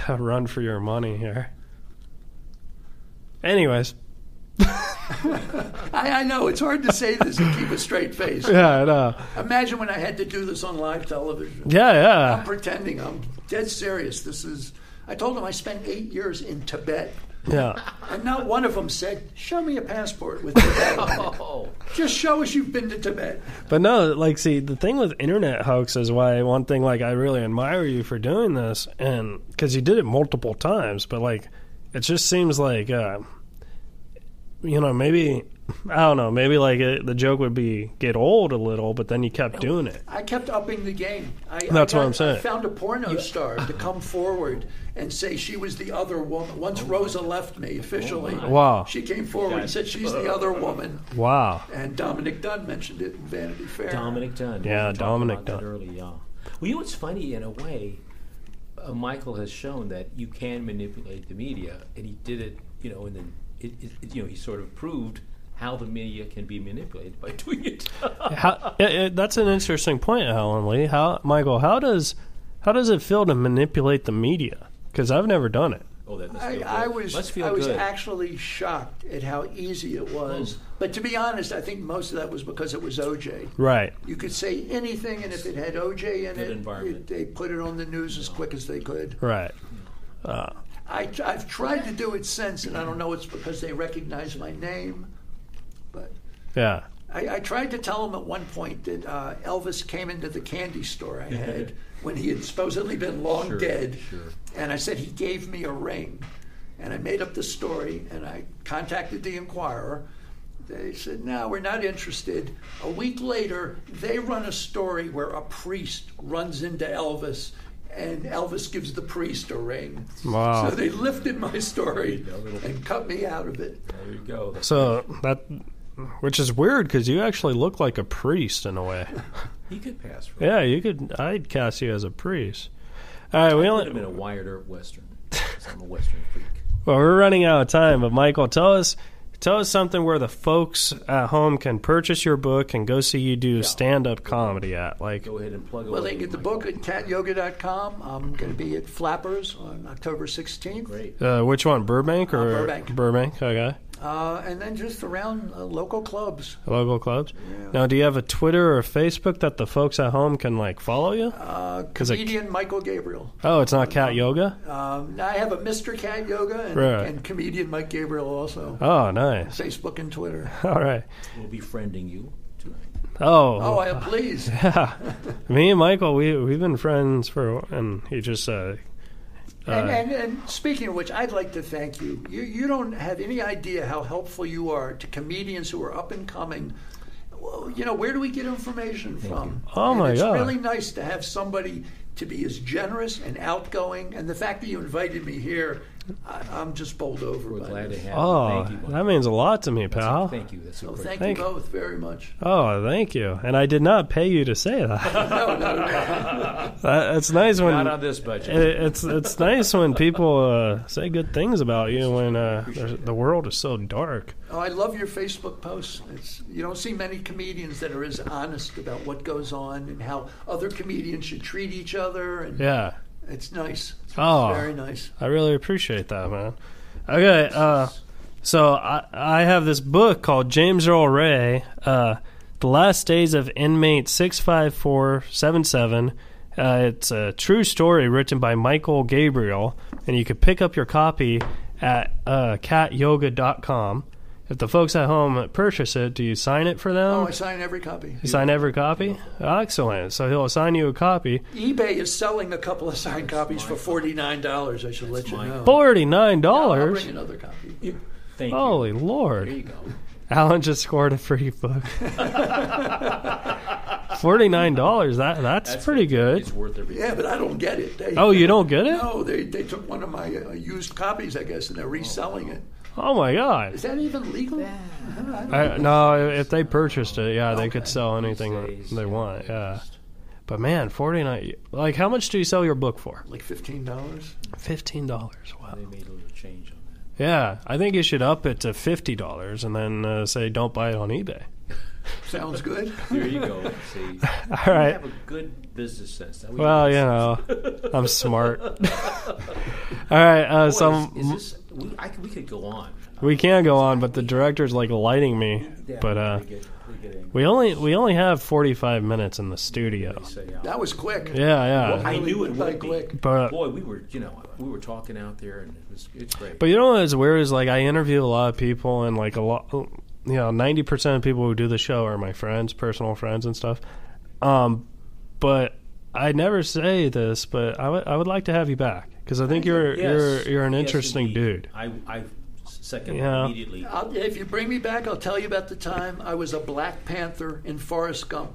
Speaker 2: a run for your money here. Anyways,
Speaker 4: I, I know it's hard to say this and keep a straight face.
Speaker 2: yeah, I know.
Speaker 4: Imagine when I had to do this on live television.
Speaker 2: yeah,
Speaker 4: I'm
Speaker 2: yeah.
Speaker 4: pretending. I'm dead serious. This is. I told them I spent eight years in Tibet,
Speaker 2: Yeah,
Speaker 4: and not one of them said, "Show me a passport with Tibet." on it.
Speaker 3: Oh,
Speaker 4: Just show us you've been to Tibet.
Speaker 2: but no, like, see, the thing with internet hoaxes, why one thing like I really admire you for doing this, and because you did it multiple times, but like, it just seems like, uh, you know, maybe I don't know, maybe like it, the joke would be get old a little, but then you kept doing it.
Speaker 4: I kept upping the game. I, I
Speaker 2: That's what
Speaker 4: got-
Speaker 2: I'm saying.
Speaker 4: I found a porno star to come forward and say she was the other woman. Once Rosa left me officially,
Speaker 2: Oh, Wow.
Speaker 4: she came forward and said she's the other woman.
Speaker 2: Wow.
Speaker 4: And Dominic Dunn mentioned it in Vanity Fair.
Speaker 3: Dominic Dunn.
Speaker 2: Yeah,
Speaker 3: We talked
Speaker 2: Dominic
Speaker 3: about that
Speaker 2: Dunn.
Speaker 3: Early, yeah. Well, you know what's funny in a way? Uh, Michael has shown that you can manipulate the media, and he did it. You know, and then it, it, it- you know he sort of proved how the media can be manipulated by doing it.
Speaker 2: how, yeah, yeah, that's an interesting point, Alan Lee. How, Michael? How does how does it feel to manipulate the media? Because I've never done it.
Speaker 3: oh, that must
Speaker 4: I,
Speaker 3: feel
Speaker 4: I
Speaker 3: good.
Speaker 4: was
Speaker 3: Must feel
Speaker 4: I was
Speaker 3: good. Oh.
Speaker 4: actually shocked at how easy it was. But to be honest, I think most of that was because it was OJ.
Speaker 2: Right.
Speaker 4: You could say anything, and if it had OJ in
Speaker 3: Good
Speaker 4: it,
Speaker 3: environment.
Speaker 4: it- they put it on the news as quick as they could.
Speaker 2: Right.
Speaker 4: I, I've tried to do it since, and I don't know it's because they recognize my name, but
Speaker 2: Yeah.
Speaker 4: I, I tried to tell them at one point that uh, Elvis came into the candy store I had when he had supposedly been long
Speaker 3: Sure,
Speaker 4: dead.
Speaker 3: sure.
Speaker 4: And I said he gave me a ring. And I made up the story and I contacted the Inquirer. They said, no, we're not interested. A week later, they run a story where a priest runs into Elvis and Elvis gives the priest a ring.
Speaker 2: Wow.
Speaker 4: So they lifted my story and cut me out of it.
Speaker 3: There you go.
Speaker 2: So that, which is weird, because you actually look like a priest in a way.
Speaker 3: He could pass for.
Speaker 2: Yeah, you could. I'd cast you as a priest. All right, we
Speaker 3: Could have
Speaker 2: only
Speaker 3: been a wired up Western. 'cause I'm a Western freak.
Speaker 2: well, we're running out of time. But Michael, tell us tell us something where the folks at home can purchase your book and go see you do stand up comedy at. Like,
Speaker 3: Go ahead and plug away.
Speaker 4: Well, they can get the
Speaker 3: Michael.
Speaker 4: book at catyoga.com. I'm going to be at Flappers on October 16th.
Speaker 3: Great.
Speaker 2: uh, which one, Burbank or
Speaker 4: Burbank.
Speaker 2: Burbank. Okay.
Speaker 4: Uh, and then just around uh, local clubs.
Speaker 2: local clubs. Now, do you have a Twitter or a Facebook that the folks at home can like follow you?
Speaker 4: Uh,
Speaker 2: I-
Speaker 4: comedian Michael Gabriel.
Speaker 2: oh, it's not Cat Yoga.
Speaker 4: Um, I have a Mr. Cat Yoga and,
Speaker 2: Right.
Speaker 4: and comedian Mike Gabriel also.
Speaker 2: Oh, nice.
Speaker 4: Facebook and Twitter.
Speaker 2: All right.
Speaker 3: We'll be friending you tonight.
Speaker 4: Oh,
Speaker 2: Oh,
Speaker 4: I, please.
Speaker 2: me and Michael, we we've been friends for, and he just uh,
Speaker 4: and, and, and speaking of which, I'd like to thank you. You you don't have any idea how helpful you are to comedians who are up and coming. Well, You know, where do we get information from?
Speaker 2: Oh,
Speaker 4: And
Speaker 2: my
Speaker 4: it's
Speaker 2: God.
Speaker 4: really nice to have somebody to be as generous and outgoing. And the fact that you invited me here, I, I'm just bowled over
Speaker 3: We're
Speaker 4: by
Speaker 3: glad to
Speaker 4: this.
Speaker 3: have you.
Speaker 2: oh,
Speaker 3: Thank you. Michael.
Speaker 2: that means a lot to me, pal.
Speaker 3: Thank you. That's a
Speaker 4: So
Speaker 3: great.
Speaker 4: thank,
Speaker 2: Thank
Speaker 4: you
Speaker 2: you.
Speaker 4: both very much.
Speaker 2: Oh, thank you. And I did not pay you to say that.
Speaker 4: No, no, no.
Speaker 2: That- it's nice when
Speaker 3: Not on this budget.
Speaker 2: it, it's it's nice when people uh, say good things about you when uh, there's- the world is so dark.
Speaker 4: Oh, I love your Facebook posts. It's, you don't see many comedians that are as honest about what goes on and how other comedians should treat each other. And
Speaker 2: Yeah.
Speaker 4: It's nice.
Speaker 2: Oh.
Speaker 4: Very nice.
Speaker 2: I really appreciate that, man. Okay, uh, so I, I have this book called James Earl Ray, uh, The Last Days of Inmate 65477. Uh, it's a true story written by Michael Gabriel, and you can pick up your copy at uh, catyoga.com. If the folks at home purchase it, do you sign it for them?
Speaker 4: Oh, I sign every copy.
Speaker 2: you sign every copy? Excellent. So he'll assign you a copy.
Speaker 4: eBay is selling a couple of signed copies for forty nine dollars. I should let you
Speaker 3: my
Speaker 4: know.
Speaker 2: $49?
Speaker 4: I'll bring another copy.
Speaker 3: Thank you.
Speaker 2: Holy
Speaker 3: There you
Speaker 2: lord.
Speaker 3: go.
Speaker 2: Alan just scored a free book. $49, that, that's, pretty good.
Speaker 3: It's worth every.
Speaker 4: Yeah, but I don't get it. They,
Speaker 2: Oh, you don't get it?
Speaker 4: No, they they took one of my uh, used copies, I guess, and they're reselling it.
Speaker 2: Oh my god.
Speaker 4: Is that even legal? I don't know.
Speaker 2: I, no, if they purchased it, yeah, they could sell anything
Speaker 3: These days,
Speaker 2: they
Speaker 3: yeah,
Speaker 2: want.
Speaker 3: they're
Speaker 2: Yeah.
Speaker 3: just-
Speaker 2: But man, 49 like how much do you sell your book for?
Speaker 4: Like fifteen dollars.
Speaker 2: $15. Wow.
Speaker 3: They made a little change on that.
Speaker 2: Yeah, I think you should up it to $50 and then uh, say don't buy it on eBay.
Speaker 4: Sounds good.
Speaker 3: There you go. See,
Speaker 2: All
Speaker 3: you
Speaker 2: right.
Speaker 3: have a good business sense. That we
Speaker 2: Well,
Speaker 3: can
Speaker 2: you know, I'm smart. All right, uh,
Speaker 3: Boy,
Speaker 2: so
Speaker 3: is, is this, we, I, could- we could go on.
Speaker 2: we can go on, but the director's like lighting me.
Speaker 3: Yeah,
Speaker 2: But uh,
Speaker 3: we get, we get angry.
Speaker 2: we only we only have 45 minutes in the studio.
Speaker 3: They say, uh,
Speaker 4: That was quick.
Speaker 2: Yeah, yeah.
Speaker 3: I knew it
Speaker 4: Really
Speaker 3: would be.
Speaker 4: quick.
Speaker 2: But
Speaker 3: boy, we were you know we were talking out there, and it was it's great.
Speaker 2: But you know what's weird is like I interview a lot of people, and like a lot, you know, ninety percent of people who do the show are my friends, personal friends, and stuff. Um, but I never say this, but I would I would like to have you back because I think you're
Speaker 3: Yes.
Speaker 2: you're you're an
Speaker 3: Yes,
Speaker 2: interesting dude.
Speaker 3: indeed. I I second
Speaker 2: Yeah.
Speaker 3: immediately.
Speaker 4: I'll, if you bring me back, I'll tell you about the time I was a Black Panther in Forrest Gump.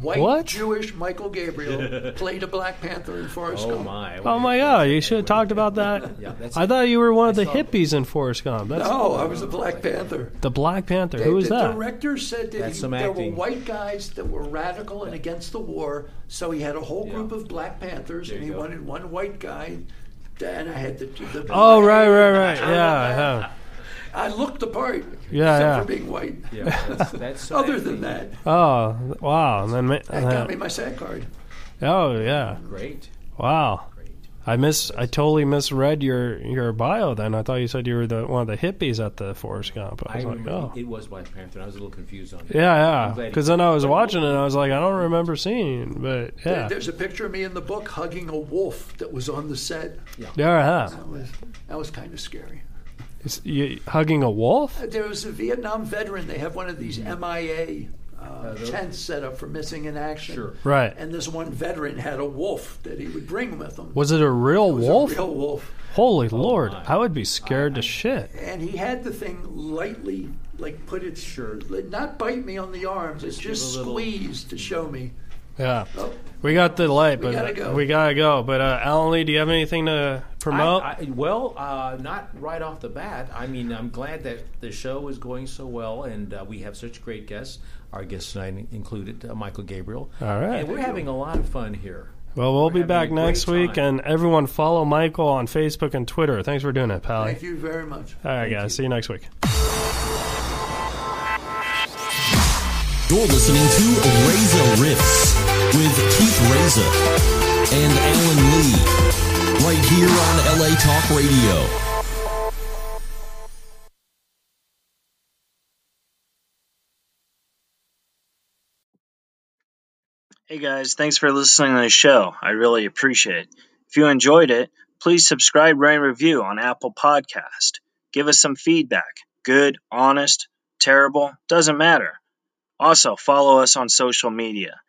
Speaker 4: White
Speaker 2: What?
Speaker 4: Jewish Michael Gabriel played a Black Panther in Forrest
Speaker 3: Oh
Speaker 4: Gump.
Speaker 3: my!
Speaker 2: Oh my god, you should have talked about that.
Speaker 3: Yeah, that's-
Speaker 2: I thought you were one of the
Speaker 3: saw that.
Speaker 2: hippies in Forrest Gump. That's
Speaker 4: No, I was a Black Panther.
Speaker 2: the Black Panther. Who was
Speaker 4: the
Speaker 2: that?
Speaker 4: director said that
Speaker 3: That's
Speaker 4: he-
Speaker 3: some
Speaker 4: there
Speaker 3: acting.
Speaker 4: were white guys that were radical and against the war, so he had a whole group
Speaker 3: Yeah.
Speaker 4: of Black Panthers,
Speaker 3: There
Speaker 4: and
Speaker 3: you
Speaker 4: he
Speaker 3: go.
Speaker 4: wanted one white guy. And I had the, the
Speaker 2: Oh right, right, right. Yeah,
Speaker 4: I looked the part,
Speaker 2: Yeah,
Speaker 4: except
Speaker 2: yeah.
Speaker 4: for being white.
Speaker 3: Yeah, that's, that's so
Speaker 4: Other than that,
Speaker 2: yeah. Oh wow. And then ma- uh,
Speaker 4: that got me my sad card.
Speaker 2: oh yeah.
Speaker 3: great,
Speaker 2: Wow.
Speaker 3: great.
Speaker 2: I miss. I totally misread your your bio. Then I thought you said you were the one of the hippies at the Forrest Gump. I
Speaker 3: I
Speaker 2: was like,
Speaker 3: remember
Speaker 2: oh,
Speaker 3: it was Black Panther. and I was a little confused on that.
Speaker 2: yeah, yeah.
Speaker 3: glad you-
Speaker 2: Because then I was watching it, and I was like, I don't remember seeing, it, but yeah,
Speaker 4: There's a picture of me in the book hugging a wolf that was on the set.
Speaker 2: yeah, yeah.
Speaker 4: That was that was kind of scary. Uh,
Speaker 2: It's- You, hugging a wolf?
Speaker 4: There was a Vietnam veteran. They have one of these MIA uh,
Speaker 3: Mm-hmm. those-
Speaker 4: tents set up for missing in action.
Speaker 3: Sure.
Speaker 2: Right.
Speaker 4: And this one veteran had a wolf that he would bring with him.
Speaker 2: Was it a real
Speaker 4: It was
Speaker 2: wolf?
Speaker 4: A real wolf.
Speaker 2: Holy lord!
Speaker 3: Oh my.
Speaker 2: I would be scared to shit.
Speaker 4: And he had the thing lightly, like put its shirt, not bite me on the arms. It just
Speaker 3: a little-
Speaker 4: squeezed to show me.
Speaker 2: Yeah,
Speaker 4: Oh,
Speaker 2: we got the light, but
Speaker 4: gotta go.
Speaker 2: we gotta go. But uh, Alan Lee, do you have anything to promote?
Speaker 3: I, I, well, uh, not right off the bat. I mean, I'm glad that the show is going so well, and uh, we have such great guests. Our guests tonight included uh, Michael Gabriel.
Speaker 2: All right.
Speaker 3: and we're having a lot of fun here.
Speaker 2: well, we'll be
Speaker 3: having a
Speaker 2: back
Speaker 3: great
Speaker 2: next week,
Speaker 3: time.
Speaker 2: and everyone follow Michael on Facebook and Twitter. Thanks for doing it, Pally.
Speaker 4: thank you very much.
Speaker 2: All right, guys. See you next week.
Speaker 1: You're listening to Razor Riffs with Keith Razor and Alan Lee right here on LA Talk Radio.
Speaker 5: Hey guys, thanks for listening to the show. I really appreciate it. If you enjoyed it, please subscribe, rate, and review on Apple Podcast. Give us some feedback. Good, honest, terrible, doesn't matter. Also, follow us on social media.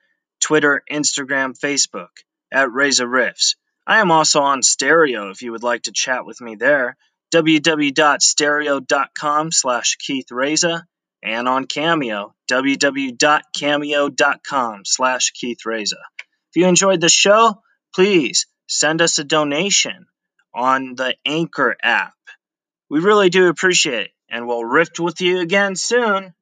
Speaker 5: Twitter, Instagram, Facebook, at Razor Riffs. I am also on Stereo if you would like to chat with me there. www.stereo.com slash Keith Reza and on Cameo, www.cameo.com slash Keith Reza. If you enjoyed the show, please send us a donation on the Anchor app. We really do appreciate it, and we'll rift with you again soon.